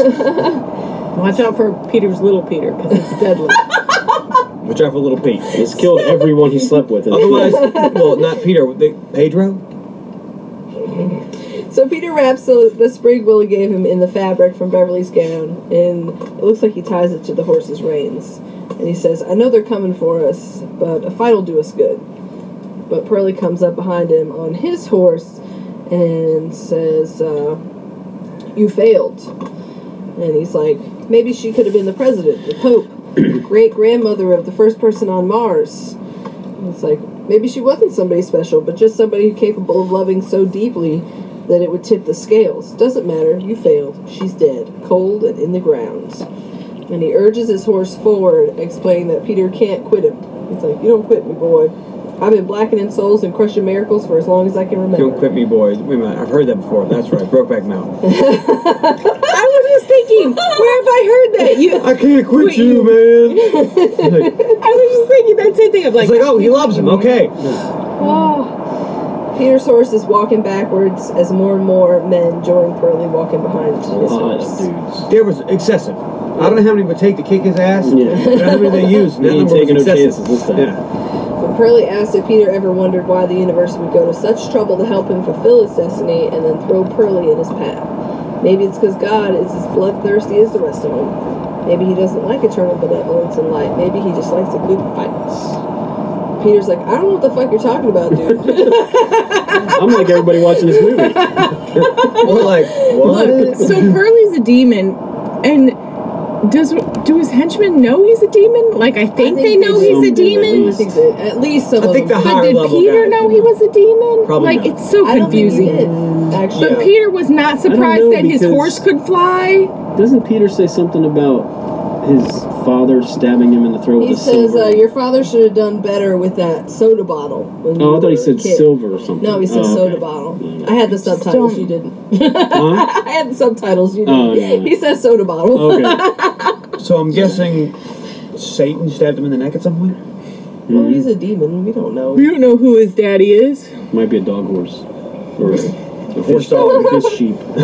Speaker 10: Watch out for Peter's little Peter because it's deadly.
Speaker 3: Watch out for little Pete.
Speaker 5: He's killed everyone he slept with.
Speaker 3: Otherwise, well, not Peter. They, Pedro.
Speaker 4: So Peter wraps the, the sprig Willie gave him in the fabric from Beverly's gown, and it looks like he ties it to the horse's reins. And he says, I know they're coming for us, but a fight'll do us good. But Pearly comes up behind him on his horse and says, uh, You failed. And he's like, Maybe she could have been the president, the Pope, great grandmother of the first person on Mars. And It's like maybe she wasn't somebody special, but just somebody capable of loving so deeply that it would tip the scales. Doesn't matter, you failed. She's dead, cold and in the ground. And he urges his horse forward, explaining that Peter can't quit him. It's like, you don't quit me, boy. I've been blackening souls and crushing miracles for as long as I can remember.
Speaker 3: Don't quit me, boys. Wait a minute. I've heard that before. That's right. Brokeback Mountain.
Speaker 2: I was just thinking, where have I heard that? You,
Speaker 3: I can't quit you, man.
Speaker 2: I was just thinking that same thing. I'm like,
Speaker 3: It's like, oh, he loves him. Okay.
Speaker 4: Peter's horse is walking backwards as more and more men join Pearly walking behind his horse.
Speaker 5: dudes.
Speaker 3: There was excessive. I don't know how many would take to kick his ass.
Speaker 5: Yeah.
Speaker 3: I don't know how many they used. and that
Speaker 5: He ain't
Speaker 3: number was
Speaker 5: taking no
Speaker 3: excessive.
Speaker 5: chances this time.
Speaker 3: Yeah.
Speaker 4: When Pearly asked if Peter ever wondered why the universe would go to such trouble to help him fulfill his destiny and then throw Pearly in his path. Maybe it's because God is as bloodthirsty as the rest of them. Maybe he doesn't like eternal benevolence and light. Maybe he just likes a good fight. Peter's like, I don't know what the fuck you're talking about, dude.
Speaker 5: I'm like everybody watching this movie.
Speaker 3: We're like, what?
Speaker 2: Look, so Pearly's a demon, and does do his henchmen know he's a demon? Like, I think,
Speaker 4: think
Speaker 2: they know
Speaker 4: they
Speaker 2: he's
Speaker 5: do.
Speaker 2: a
Speaker 4: I
Speaker 2: demon.
Speaker 4: think that at least some
Speaker 3: I
Speaker 4: of
Speaker 3: think the
Speaker 4: them.
Speaker 2: But
Speaker 3: higher
Speaker 2: did
Speaker 3: level
Speaker 2: Peter
Speaker 3: guys
Speaker 2: know
Speaker 3: would
Speaker 2: he was a demon?
Speaker 3: Probably
Speaker 2: like,
Speaker 3: not.
Speaker 2: it's so
Speaker 4: I don't think he
Speaker 2: confusing.
Speaker 4: did, actually.
Speaker 2: But
Speaker 3: Yeah.
Speaker 2: Peter was not surprised
Speaker 5: know,
Speaker 2: that his
Speaker 5: because-
Speaker 2: horse could fly.
Speaker 5: Doesn't Peter say something about his father stabbing him in the throat
Speaker 4: He
Speaker 5: with a
Speaker 4: says,
Speaker 5: silver?
Speaker 4: uh, your father should have done better with that soda bottle. When you
Speaker 5: oh, I thought
Speaker 4: were
Speaker 5: he
Speaker 4: a
Speaker 5: said
Speaker 4: kid."
Speaker 5: silver or something.
Speaker 4: No, he said
Speaker 5: Oh, okay.
Speaker 4: soda bottle.
Speaker 5: Yeah.
Speaker 4: I had the subtitles.
Speaker 2: don't-
Speaker 4: You didn't.
Speaker 5: Huh?
Speaker 4: I had the subtitles. You didn't.
Speaker 5: Oh, yeah.
Speaker 4: He said soda bottle.
Speaker 5: Okay.
Speaker 3: So I'm guessing Satan stabbed him in the neck at some point?
Speaker 4: well, he's a demon. We don't know.
Speaker 2: We don't know who his daddy is.
Speaker 5: Might be a dog horse. Or a
Speaker 3: Horse
Speaker 5: fish
Speaker 3: dog.
Speaker 5: fish sheep.